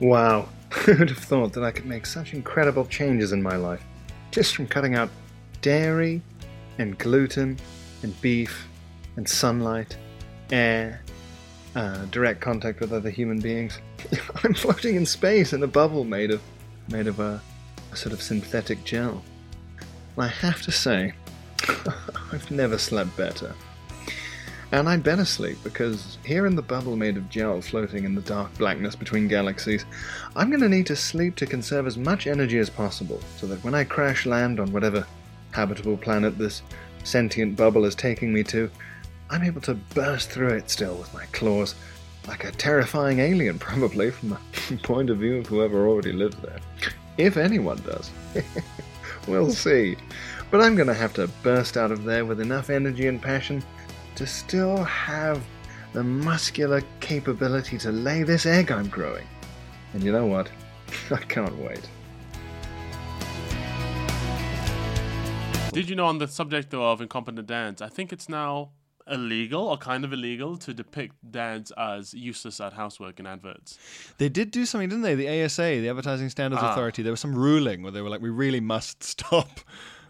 Wow, who'd have thought that I could make such incredible changes in my life just from cutting out dairy and gluten and beef and sunlight, air, uh, direct contact with other human beings? I'm floating in space in a bubble made of made of a, a sort of synthetic gel. And I have to say, I've never slept better. And I'd better sleep because here in the bubble made of gel floating in the dark blackness between galaxies, I'm going to need to sleep to conserve as much energy as possible so that when I crash land on whatever habitable planet this sentient bubble is taking me to, I'm able to burst through it still with my claws, like a terrifying alien, probably, from the point of view of whoever already lives there. If anyone does. we'll see. But I'm going to have to burst out of there with enough energy and passion to still have the muscular capability to lay this egg I'm growing. And you know what? I can't wait. Did you know on the subject though of incompetent dads, I think it's now illegal or kind of illegal to depict dads as useless at housework in adverts. They did do something, didn't they? The ASA, the Advertising Standards Ah. Authority. There was some ruling where they were like, "We really must stop."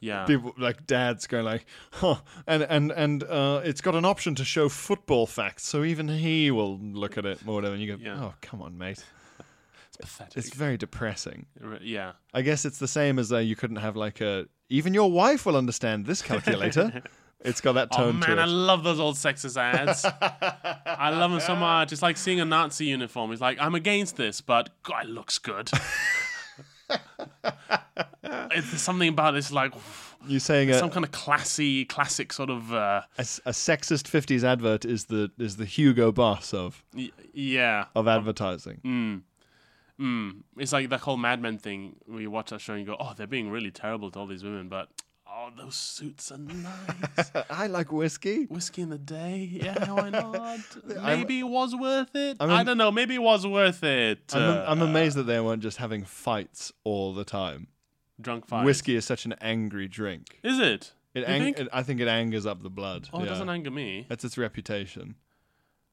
Yeah. people like dads going like, "Huh," and and and uh, it's got an option to show football facts, so even he will look at it or whatever. And you go, Yeah. "Oh, come on, mate." It's pathetic. It's very depressing. yeah. I guess it's the same as uh, you couldn't have like a. Even your wife will understand this calculator. it's got that Oh tone man, to I it. love those old sexist ads. I love them so much. It's like seeing a Nazi uniform. It's like I'm against this, but God, it looks good. it's something about it's like You're saying some a, kind of classy, classic sort of uh, a, s- a sexist '50s advert is the is the Hugo Boss of y- yeah. of advertising. Mm. "Oh, It's like that whole Mad Men thing. where you watch that show and you go, "Oh, they're being really terrible to all these women," but oh, those suits are nice. I like whiskey. Whiskey in the day, yeah, why not? Maybe it was worth it. I'm I am- don't know. Maybe it was worth it. I'm, Uh, I'm amazed that they weren't just having fights all the time. drunk five. Whiskey is such an angry drink. Is it? It, You ang- think? it- I think it angers up the blood. oh, it Yeah. doesn't anger me. That's its reputation.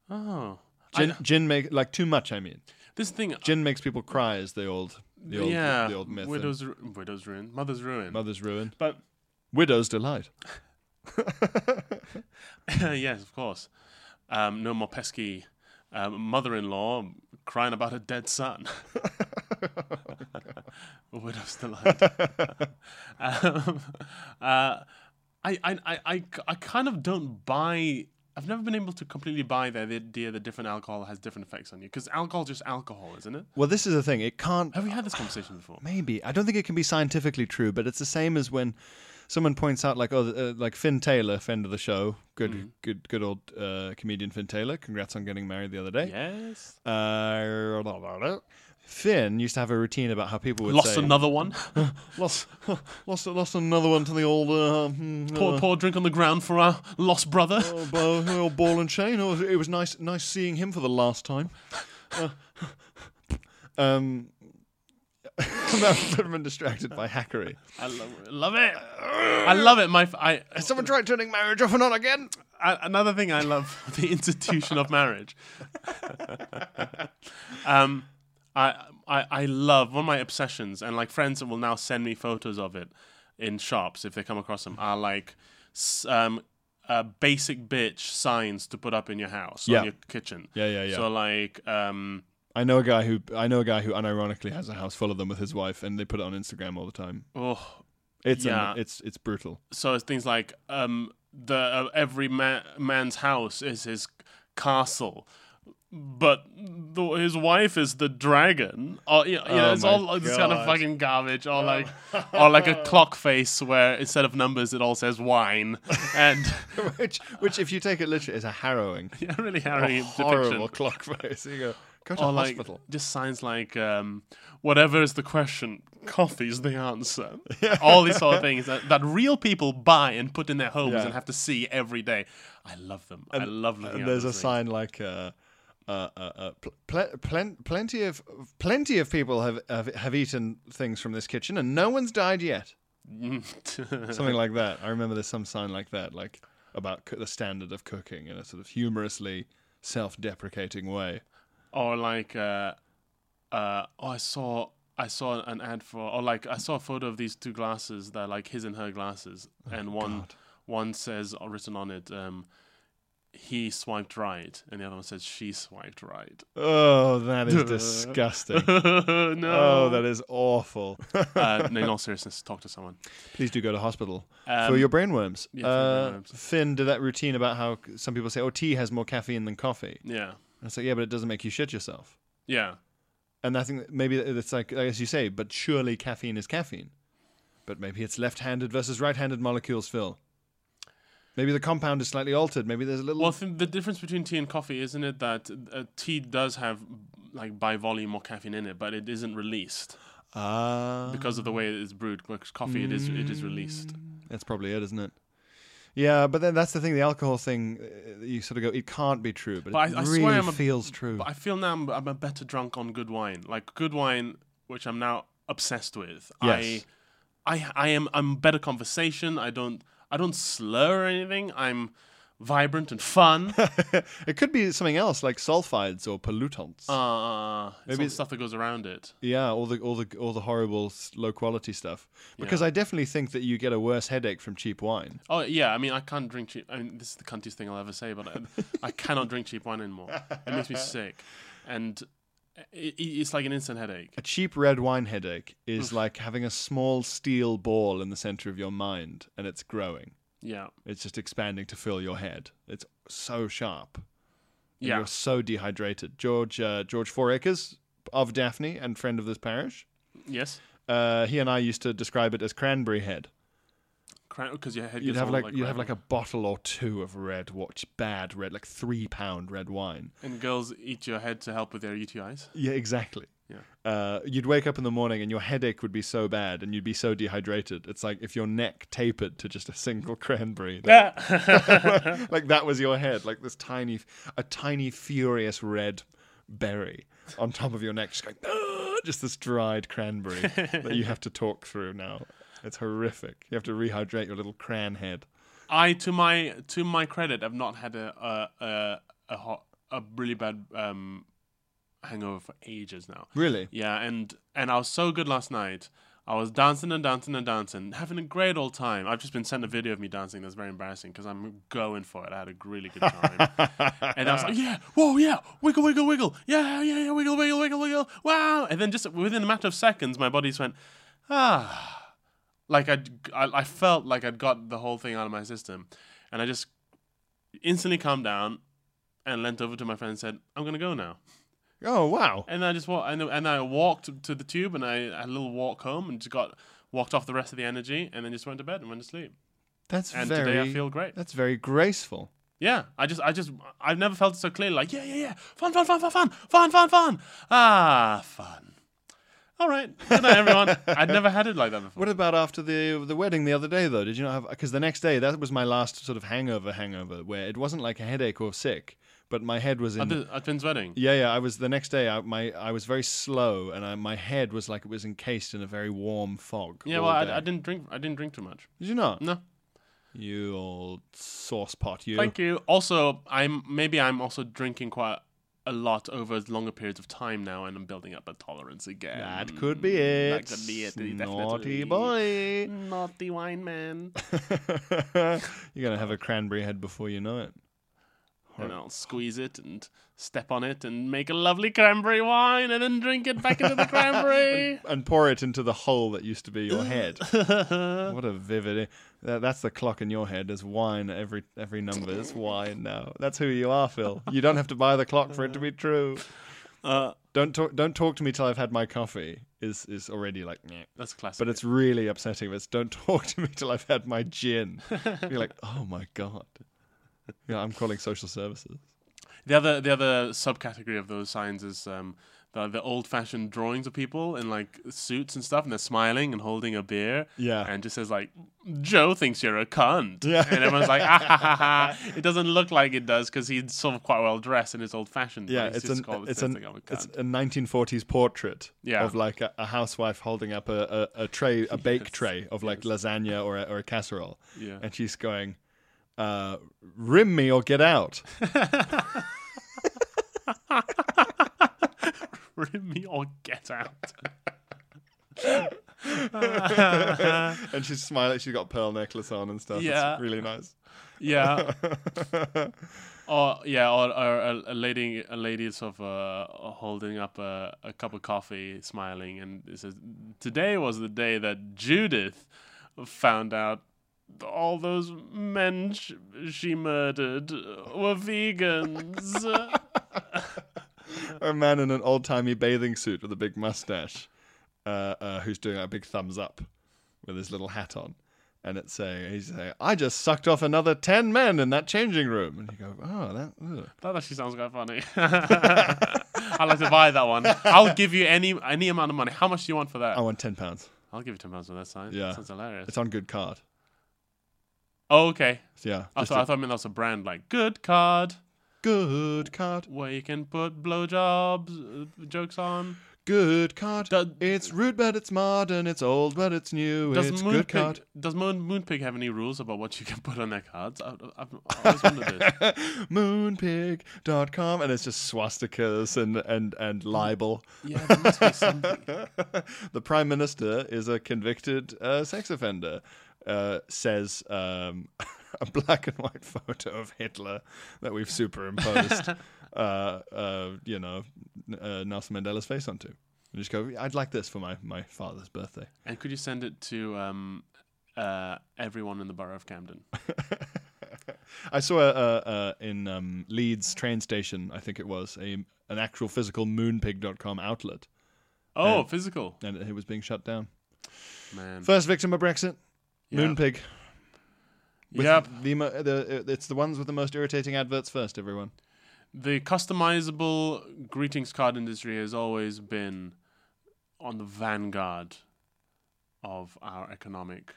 Oh. I- Gin, gin make like too much. I mean, this thing. gin makes people cry. Is the old, the old, yeah. the old myth. and Widow's, ru- widow's ruin. Mother's ruin. mother's ruin. but Widow's delight. yes, of course. Um, no more pesky um, mother-in-law crying about her dead son. Widow's delight. um, uh, I, I, I, I, I kind of don't buy. I've never been able to completely buy the idea that different alcohol has different effects on you because alcohol's just alcohol, isn't it? Well, this is the thing. It can't. Have we had this conversation before? Maybe I don't think it can be scientifically true, but it's the same as when someone points out, like, oh, uh, like Finn Taylor, friend of the show, good, Mm-hmm. good, good old uh, comedian Finn Taylor. Congrats on getting married the other day. Yes. Uh, blah, blah, blah. Finn used to have a routine about how people would Lost say, another one. lost, lost, lost another one to the old, uh, hmm, Poor, uh, poor drink on the ground for our lost brother. Oh, bo- oh, ball and chain. Oh, it was nice, nice seeing him for the last time. Uh, um, I've been distracted by hackery. I love, love it. I love it. My, f- I, Has someone tried turning marriage off and on again? I, another thing I love the institution of marriage. um, I, I I love one of my obsessions, and like friends that will now send me photos of it in shops if they come across them are like s- um, uh, basic bitch signs to put up in your house Yeah. on your kitchen. Yeah, yeah, yeah. So like um, I know a guy who I know a guy who unironically has a house full of them with his wife, and they put it on Instagram all the time. oh It's Yeah. an, it's it's brutal. so it's things like um the uh, every ma- man's house is his castle but the, his wife is the dragon or you know, you know, Oh it's my Oh. all this kind of God. fucking garbage or like or like a clock face where instead of numbers it all says wine and which which if you take it literally is a harrowing, yeah, really harrowing horrible depiction clock face. You go go to or like hospital. just signs like um, whatever is the question coffee's the answer all these sort of things that, that real people buy and put in their homes Yeah. and have to see every day i love them i love looking and uh, at there's a those things. sign like uh, uh, uh, uh, pl- pl- plen- plenty of plenty of people have, have have eaten things from this kitchen and no one's died yet something like that i remember there's some sign like that like about co- the standard of cooking in a sort of humorously self-deprecating way or like uh, uh, oh, I saw I saw an ad for or like I saw a photo of these two glasses that are like his and her glasses, Oh and one one says or written on it, um, he swiped right, and the other one says she swiped right. oh that is disgusting no, oh that is awful uh, no, in all seriousness, talk to someone. please do go to hospital for Um, your brainworms yeah, for uh, brainworms. finn did that routine about how c- some people say oh tea has more caffeine than coffee Yeah, and it's like yeah but it doesn't make you shit yourself yeah. and I think that maybe it's like as you say, but surely caffeine is caffeine. But maybe it's left-handed versus right-handed molecules, Phil. Maybe the compound is slightly altered. Maybe there's a little. Well, th- the difference between tea and coffee, isn't it, that uh, tea does have like by volume more caffeine in it, but it isn't released. Ah, because of the way it is brewed. Because coffee, it is it is released. that's probably it, isn't it? Yeah, but then that's the thing—the alcohol thing. uh, You sort of go, it can't be true, but, But it I- I swear really I'm a- feels true. But I feel now I'm, I'm a better drunk on good wine. Like good wine, which I'm now obsessed with. Yes. I, I, I am. I'm better conversation. I don't. I don't slur or anything. I'm vibrant and fun. uh, it could be something else, like sulfides or pollutants. it's all the stuff that goes around it. Yeah, all the all the all the horrible s- low quality stuff. Because I definitely think that you get a worse headache from cheap wine. Oh yeah, I mean I can't drink cheap. I mean this is the cuntiest thing I'll ever say, but I, I cannot drink cheap wine anymore. It makes me sick, and uh, it, it's like an instant headache. A cheap red wine headache is like having a small steel ball in the center of your mind and it's growing. Yeah, It's just expanding to fill your head. It's so sharp. and yeah. You're so dehydrated. George uh, George Fouracres of Daphne and friend of this parish. Yes. Uh, he and I used to describe it as cranberry head. because your head You'd gets have all, like, you'd have like red. a bottle or two of red watch bad red like 3 pound red wine. and girls eat your head to help with their UTIs. Yeah, exactly. Uh, you'd wake up in the morning and your headache would be so bad and you'd be so dehydrated. It's like if your neck tapered to just a single cranberry. that- like that was your head, like this tiny, a tiny furious red berry on top of your neck, just going, "Ugh," just this dried cranberry that you have to talk through now. It's horrific. You have to rehydrate your little cran head. I, to my to my credit, have not had a a a, a, hot, a really bad um, hangover for ages now. Really? Yeah, and and I was so good last night. I was dancing and dancing and dancing, having a great old time. I've just been sent a video of me dancing. That's very embarrassing because I'm going for it. I had a really good time, and I was like, "Yeah, whoa, yeah, wiggle, wiggle, wiggle, yeah, yeah, yeah, wiggle, wiggle, wiggle, wiggle, wow!" And then just within a matter of seconds, my body just went, "Ah." like I'd, I I felt like I'd got the whole thing out of my system, and I just instantly calmed down and leant over to my friend and said, "I'm gonna go now." Oh wow! And I just wa- and, and I walked to the tube and I had a little walk home and just got walked off the rest of the energy and then just went to bed and went to sleep. That's And very. today I feel great. That's very graceful. Yeah, I just I just I've never felt so clearly like yeah yeah yeah fun fun fun fun fun fun fun fun ah fun. All right, good night everyone. I'd never had it like that before. What about after the the wedding the other day though? Did you not have? Because the next day that was my last sort of hangover hangover where it wasn't like a headache or sick, but my head was in. At, the, at Finn's wedding. yeah, yeah. I was the next day. I, my I was very slow, and I, my head was like it was encased in a very warm fog. Yeah, all well, I, day. I didn't drink. I didn't drink too much. Did you not? No, You old sauce pot, you. Thank you. Also, I'm maybe I'm also drinking quite a lot over longer periods of time now, and I'm building up a tolerance again. Mm, That could be it. That could be it. Naughty definitely. boy. Naughty wine man. You're gonna have a cranberry head before you know it. and I'll squeeze it and step on it and make a lovely cranberry wine, and then drink it back into the cranberry. and pour it into the hole that used to be your head. what a vivid! e-, That, that's the clock in your head. There's wine every every number. It's wine now. That's who you are, Phil. You don't have to buy the clock for it to be true. don't talk. Don't talk to me till I've had my coffee. Is is already like. Meh. That's classic. But it's really upsetting. if It's don't talk to me till I've had my gin. You're like, oh my god. Yeah, I'm calling social services. The other the other subcategory of those signs is um, the, the old fashioned drawings of people in like suits and stuff, and they're smiling and holding a beer. Yeah. And just says like, Joe thinks you're a cunt. Yeah. And everyone's like, ah, ha, ha, ha. It doesn't look like it does because he's sort of quite well dressed and it's old fashioned. Yeah, he's it's just an called- it's says an like, I'm a it's cunt. a 1940s portrait Yeah. of like a, a housewife holding up a, a, a tray, a bake tray of like lasagna or a, or a casserole, Yeah. and she's going, uh, "Rim me or get out." Rim me or get out. and she's smiling. She's got a pearl necklace on and stuff. Yeah. it's really nice. Yeah. or yeah, or, or a, a lady, a lady is sort of uh, holding up a, a cup of coffee, smiling, and it says, "Today was the day that Judith found out." All those men sh- she murdered were vegans. a man in an old timey bathing suit with a big mustache, uh, uh, who's doing a big thumbs up with his little hat on, and it's saying, "He's saying, I just sucked off another ten men in that changing room," and you go, "Oh, that." ugh." that actually sounds quite funny. I'd like to buy that one. I'll give you any any amount of money. How much do you want for that? I want ten pounds. I'll give you ten pounds for that sign. Yeah. that sounds hilarious. It's on good card. oh, okay. Yeah. I just thought, I a thought I meant that was a brand like Good Card, good card. where you can put blowjobs uh, jokes on. Good card. Do- it's rude, but it's modern. It's old, but it's new. it's good card. Moonpig, does Moon, Moonpig have any rules about what you can put on their cards? I, I've I've always wondered this. Moonpig.com. And it's just swastikas and, and, and libel. Yeah, there must be something. the prime minister is a convicted uh, sex offender. Uh, says um, a black and white photo of Hitler that we've superimposed, uh, uh, you know, n- uh, Nelson Mandela's face onto. And just go, I'd like this for my, my father's birthday. And could you send it to um, uh, everyone in the borough of Camden? I saw uh, uh, in um, Leeds train station, I think it was, a an actual physical moonpig.com outlet, Oh, physical. and it was being shut down. Man. First victim of Brexit, Yeah. Moonpig. With Yep. The, mo- the, it's the ones with the most irritating adverts first, everyone. The customizable greetings card industry has always been on the vanguard of our economic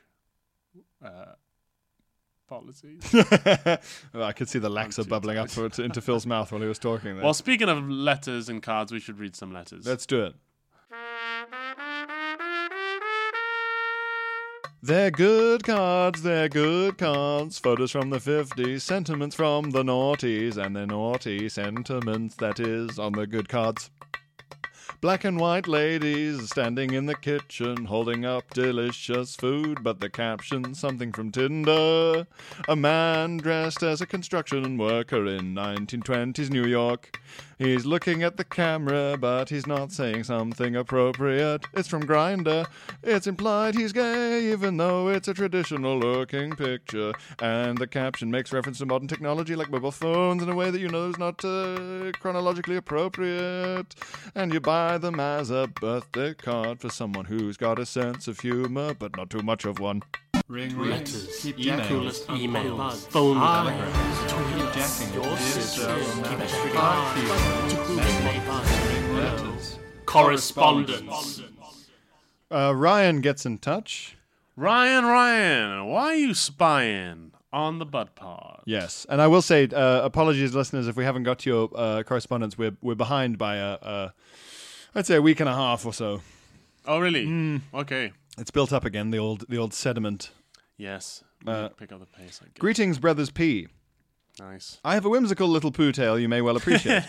uh, policies. Well, I could see the laxer bubbling up to, into Phil's mouth while he was talking. There. well, speaking of letters and cards, we should read some letters. Let's do it. They're good cards, they're good cards. Photos from the 50s, sentiments from the noughties, and their naughty sentiments, that is, on the good cards. Black and white ladies standing in the kitchen holding up delicious food, but the caption something from Tinder. A man dressed as a construction worker in 1920s New York. He's looking at the camera, but he's not saying something appropriate. It's from Grinder. It's implied he's gay, even though it's a traditional looking picture. And the caption makes reference to modern technology like mobile phones in a way that you know is not uh, chronologically appropriate. And you buy them as a birthday card for someone who's got a sense of humor, but not too much of one. Ring Letters, Keep emails, jacking. emails, phone Ah, calls, keep tweets, jacking. your Yes, sister, sir, I'm keep not it sure. alive, to whom it may bind. correspondence. Uh, Ryan gets in touch. Ryan, Ryan, why are you spying on the Bud Pod? Yes, and I will say uh, apologies, listeners, if we haven't got to your uh, correspondence. We're we're behind by a, a, I'd say a week and a half or so. Oh, really? Okay. It's built up again. The old the old sediment. Yes. Pick up the pace. I guess. Greetings, brothers P. nice. I have a whimsical little poo tale you may well appreciate.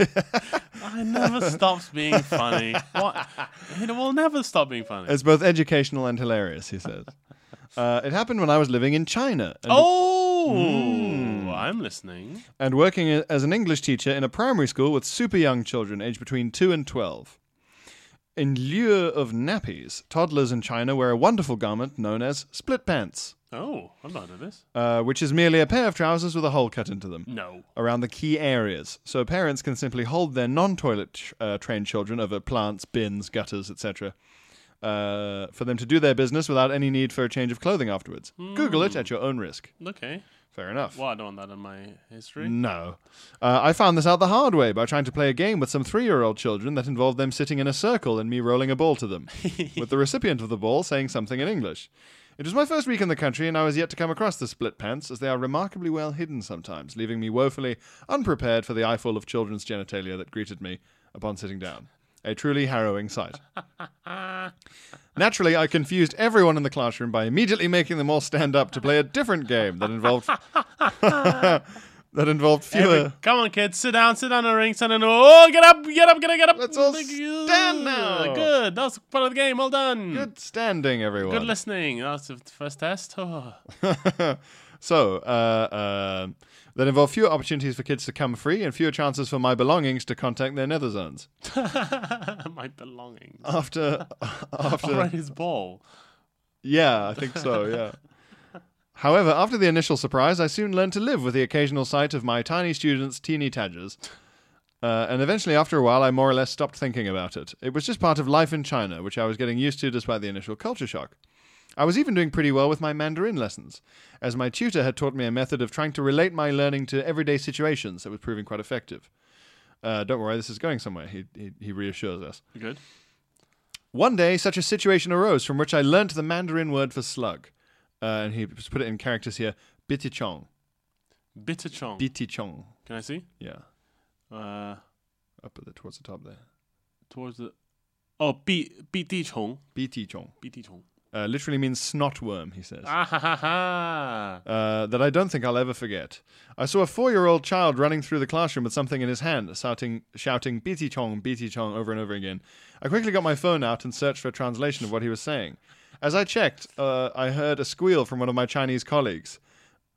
I never stops being funny. What? It will never stop being funny. it's both educational and hilarious. He says. Uh, it happened when I was living in China. And oh, I'm listening. and working a- as an English teacher in a primary school with super young children aged between 2 and 12. In lieu of nappies, toddlers in China wear a wonderful garment known as split pants, Oh, I'm not of this. uh, which is merely a pair of trousers with a hole cut into them No. around the key areas, so parents can simply hold their non-toilet ch- uh, trained children over plants, bins, gutters, etc., uh, for them to do their business without any need for a change of clothing afterwards. Google it at your own risk. Okay. Fair enough. Well, I don't want that in my history. No. Uh, I found this out the hard way by trying to play a game with some three year old children that involved them sitting in a circle and me rolling a ball to them, with the recipient of the ball saying something in English. It was my first week in the country, and I was yet to come across the split pants, as they are remarkably well hidden sometimes, leaving me woefully unprepared for the eyeful of children's genitalia that greeted me upon sitting down. A truly harrowing sight. Naturally, I confused everyone in the classroom by immediately making them all stand up to play a different game that involved that involved fewer. Every- come on, kids, sit down, sit down in the ring, sit down. Oh, get up, get up, get up, get up. Let's all Thank stand now. Good, that's part of the game. Well done. Good standing, everyone. Good listening. That's the first test. Oh. so, uh, uh, that involve fewer opportunities for kids to come free and fewer chances for my belongings to contact their nether zones. my belongings. After, after, All right, his ball. yeah, I think so, yeah. However, after the initial surprise, I soon learned to live with the occasional sight of my tiny students' teeny tadgers. Uh, and eventually, after a while, I more or less stopped thinking about it. It was just part of life in China, which I was getting used to despite the initial culture shock. I was even doing pretty well with my Mandarin lessons, as my tutor had taught me a method of trying to relate my learning to everyday situations that was proving quite effective. Uh, don't worry, this is going somewhere, he, he, he reassures us. Good. One day, such a situation arose from which I learnt the Mandarin word for slug. Uh, and he just put it in characters here bitichong. Bitter chong. Bitichong. Can I see? Yeah. Uh, Up at the, towards the top there. towards the. Oh, beat beat the chong. Bitichong. Beat the chong. Uh, literally means snot worm, he says. Ah ha ha ha. Uh, that I don't think I'll ever forget. I saw a four year old child running through the classroom with something in his hand, shouting, shouting Beatty Chong, Beatty Chong over and over again. I quickly got my phone out and searched for a translation of what he was saying. As I checked, uh, I heard a squeal from one of my Chinese colleagues.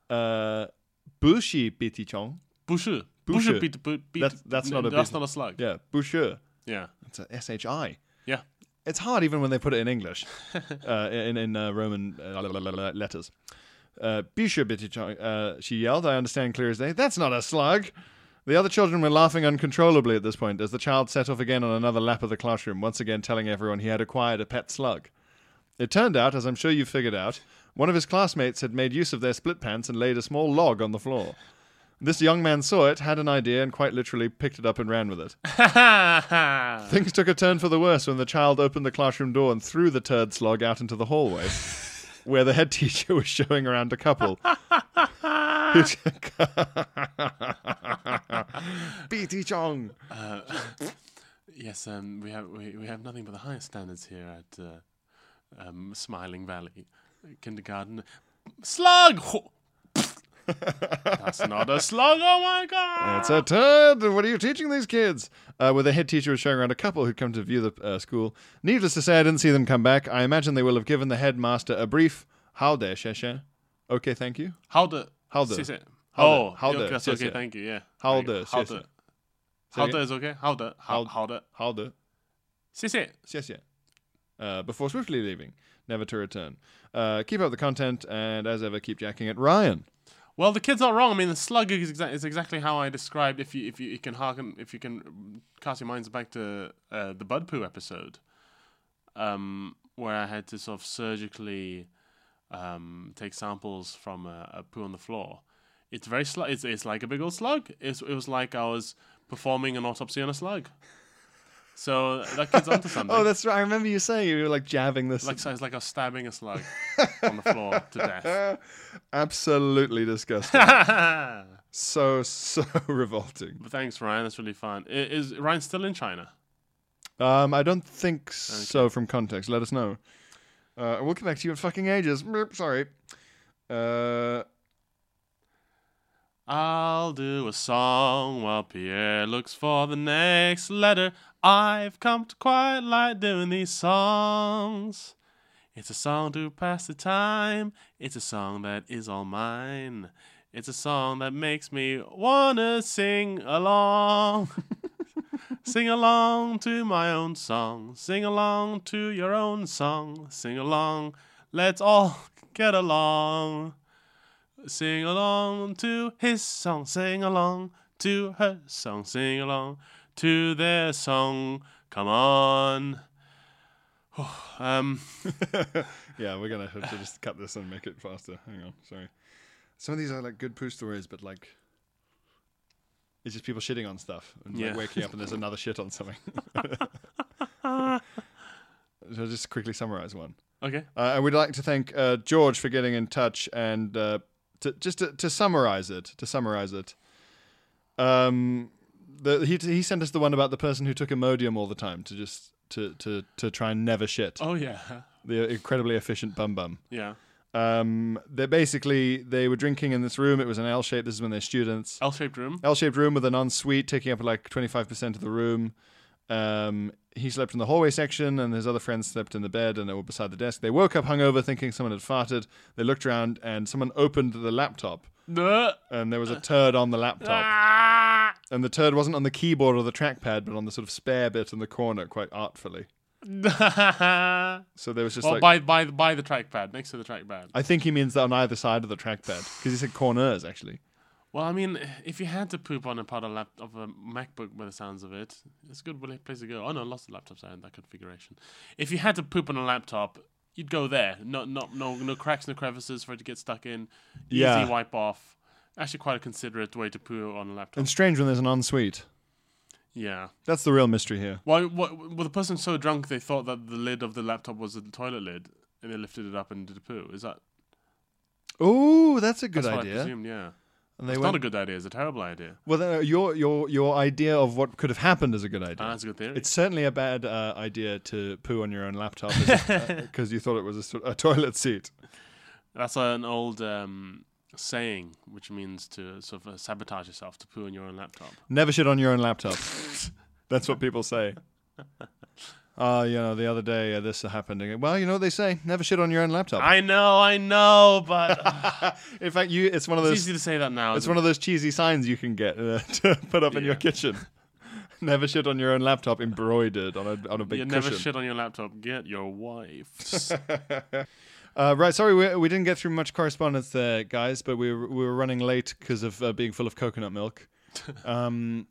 Uh, Bushi Beatty Chong? Bushu. Bushu. Bushu beat beat. beat- That's- that's no, not a That's beat. not a slug. Yeah, Bushu. Yeah. It's a S H I. Yeah. It's hard even when they put it in English, uh, in, in uh, Roman uh, la- la- la- la- letters. Uh, Bisha bitty chong, uh, she yelled, I understand clear as day. That's not a slug. The other children were laughing uncontrollably at this point as the child set off again on another lap of the classroom, once again telling everyone he had acquired a pet slug. It turned out, as I'm sure you figured out, one of his classmates had made use of their split pants and laid a small log on the floor. This young man saw it, had an idea, and quite literally picked it up and ran with it. Things took a turn for the worse when the child opened the classroom door and threw the turd slog out into the hallway, where the head teacher was showing around a couple. BT Chong! yes, um, we have we, we have nothing but the highest standards here at uh, um, Smiling Valley Kindergarten. Slug. That's not a slug. Oh my god! It's a turd. What are you teaching these kids? Uh, where the head teacher was showing around a couple who'd come to view the uh, school. Needless to say, I didn't see them come back. I imagine they will have given the headmaster a brief "How dare, Shesha?" Okay, thank you. How the How the- Yes, yes. how the- Oh, how okay, the- that's yes, okay. yeah. Thank you. Yeah. How Thank the- you. yes, How yes. the Say how again. the is okay. How the how How- how the How the yes, yes. yes, yeah. Uh, before swiftly leaving, never to return. Uh, keep up the content, and as ever, keep jacking it, Ryan. Well, the kid's not wrong. I mean, the slug is, exa- is exactly how I described. If you if you, you can harken, if you can mm, cast your minds back to uh, the Bud Poo episode, um, where I had to sort of surgically um, take samples from a, a poo on the floor. It's very slug. It's, it's like a big old slug. It's, it was like I was performing an autopsy on a slug. So that kid's onto something. Oh, that's right. I remember you saying you were like jabbing this. like so it's like I was stabbing a slug on the floor to death. Absolutely disgusting. so so revolting. But thanks, Ryan. That's really fun. I- Is, Ryan still in China? Um, I don't think so. From context, let us know. Uh, we'll get back to you in fucking ages. Merp, Sorry. Uh, I'll do a song while Pierre looks for the next letter. I've come to quite like doing these songs. It's a song to pass the time. It's a song that is all mine. It's a song that makes me wanna sing along. sing along to my own song. Sing along to your own song. Sing along. Let's all get along. Sing along to his song, sing along to her song, sing along to their song. Come on. um, yeah, we're gonna have to just cut this and make it faster. Hang on, sorry. Some of these are like good poo stories, but like it's just people shitting on stuff and like, Yeah. waking up and there's another shit on something. so I'll just quickly summarize one. okay. Uh, I would like to thank uh, George for getting in touch and uh, to, just to, to summarize it. To summarize it, um, the, he he sent us the one about the person who took Imodium all the time to just to to to try and never shit. Oh, yeah. The incredibly efficient bum bum. Yeah. Um, they basically they were drinking in this room. It was an L shape. This is when they're students. L shaped room. L-shaped room with an ensuite taking up like 25% of the room. Um, he slept in the hallway section, and his other friends slept in the bed and they were beside the desk. They woke up hungover, thinking someone had farted. They looked around, and someone opened the laptop, Duh. and there was a turd on the laptop. Ah, And the turd wasn't on the keyboard or the trackpad, but on the sort of spare bit in the corner, quite artfully. So there was just well, like. by, by, by the trackpad, next to the trackpad. I think he means that on either side of the trackpad, because he said corners actually. Well, I mean, if you had to poop on a part of, lap- of a MacBook by the sounds of it, it's a good wa- place to go. Oh no, lots of laptops are in that configuration. If you had to poop on a laptop, you'd go there. No, no, no, no cracks, no crevices for it to get stuck in. Easy Yeah. wipe off. Actually, quite a considerate way to poo on a laptop. And strange when there's an ensuite. yeah. That's the real mystery here. Well, what, well, the person's so drunk they thought that the lid of the laptop was the toilet lid, and they lifted it up and did a poo. Is that Oh, that's a good that's what I idea. presumed? Yeah. and It's went- not a good idea. It's a terrible idea. Well, then, uh, your your your idea of what could have happened is a good idea. Ah, that's a good theory. It's certainly a bad uh, idea to poo on your own laptop because you thought it was a, sort- a toilet seat. That's an old um, saying, which means to sort of uh, sabotage yourself, to poo on your own laptop. Never shit on your own laptop. That's what people say. Uh, you know, the other day uh, this happened. Again. Well, you know what they say: never shit on your own laptop. I know, I know, but In fact, you it's one of it's those easy to say that now. it's one of those cheesy signs you can get uh, to put up in your Yeah. kitchen. never shit on your own laptop, embroidered on a on a big you cushion. never shit on your laptop. Get your wife's. Uh, right, sorry, we, we didn't get through much correspondence there, guys, but we were, we were running late because of uh, being full of coconut milk. Um,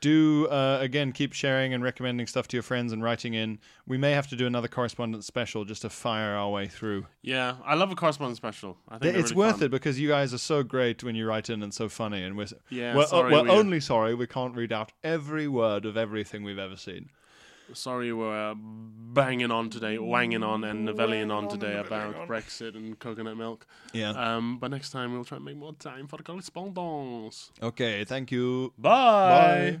do uh, again keep sharing and recommending stuff to your friends and writing in. We may have to do another correspondence special just to fire our way through. Yeah, I love a correspondence special. I think it's worth it because you guys are so great when you write in and so funny, and we're s- Yeah, we're, sorry we're we- uh, only sorry we can't read out every word of everything we've ever seen. Sorry, we're uh, banging on today, wanging on and novelling on today about Brexit and coconut milk. Yeah. Um, but next time we'll try and make more time for correspondence. Okay, thank you. Bye. Bye.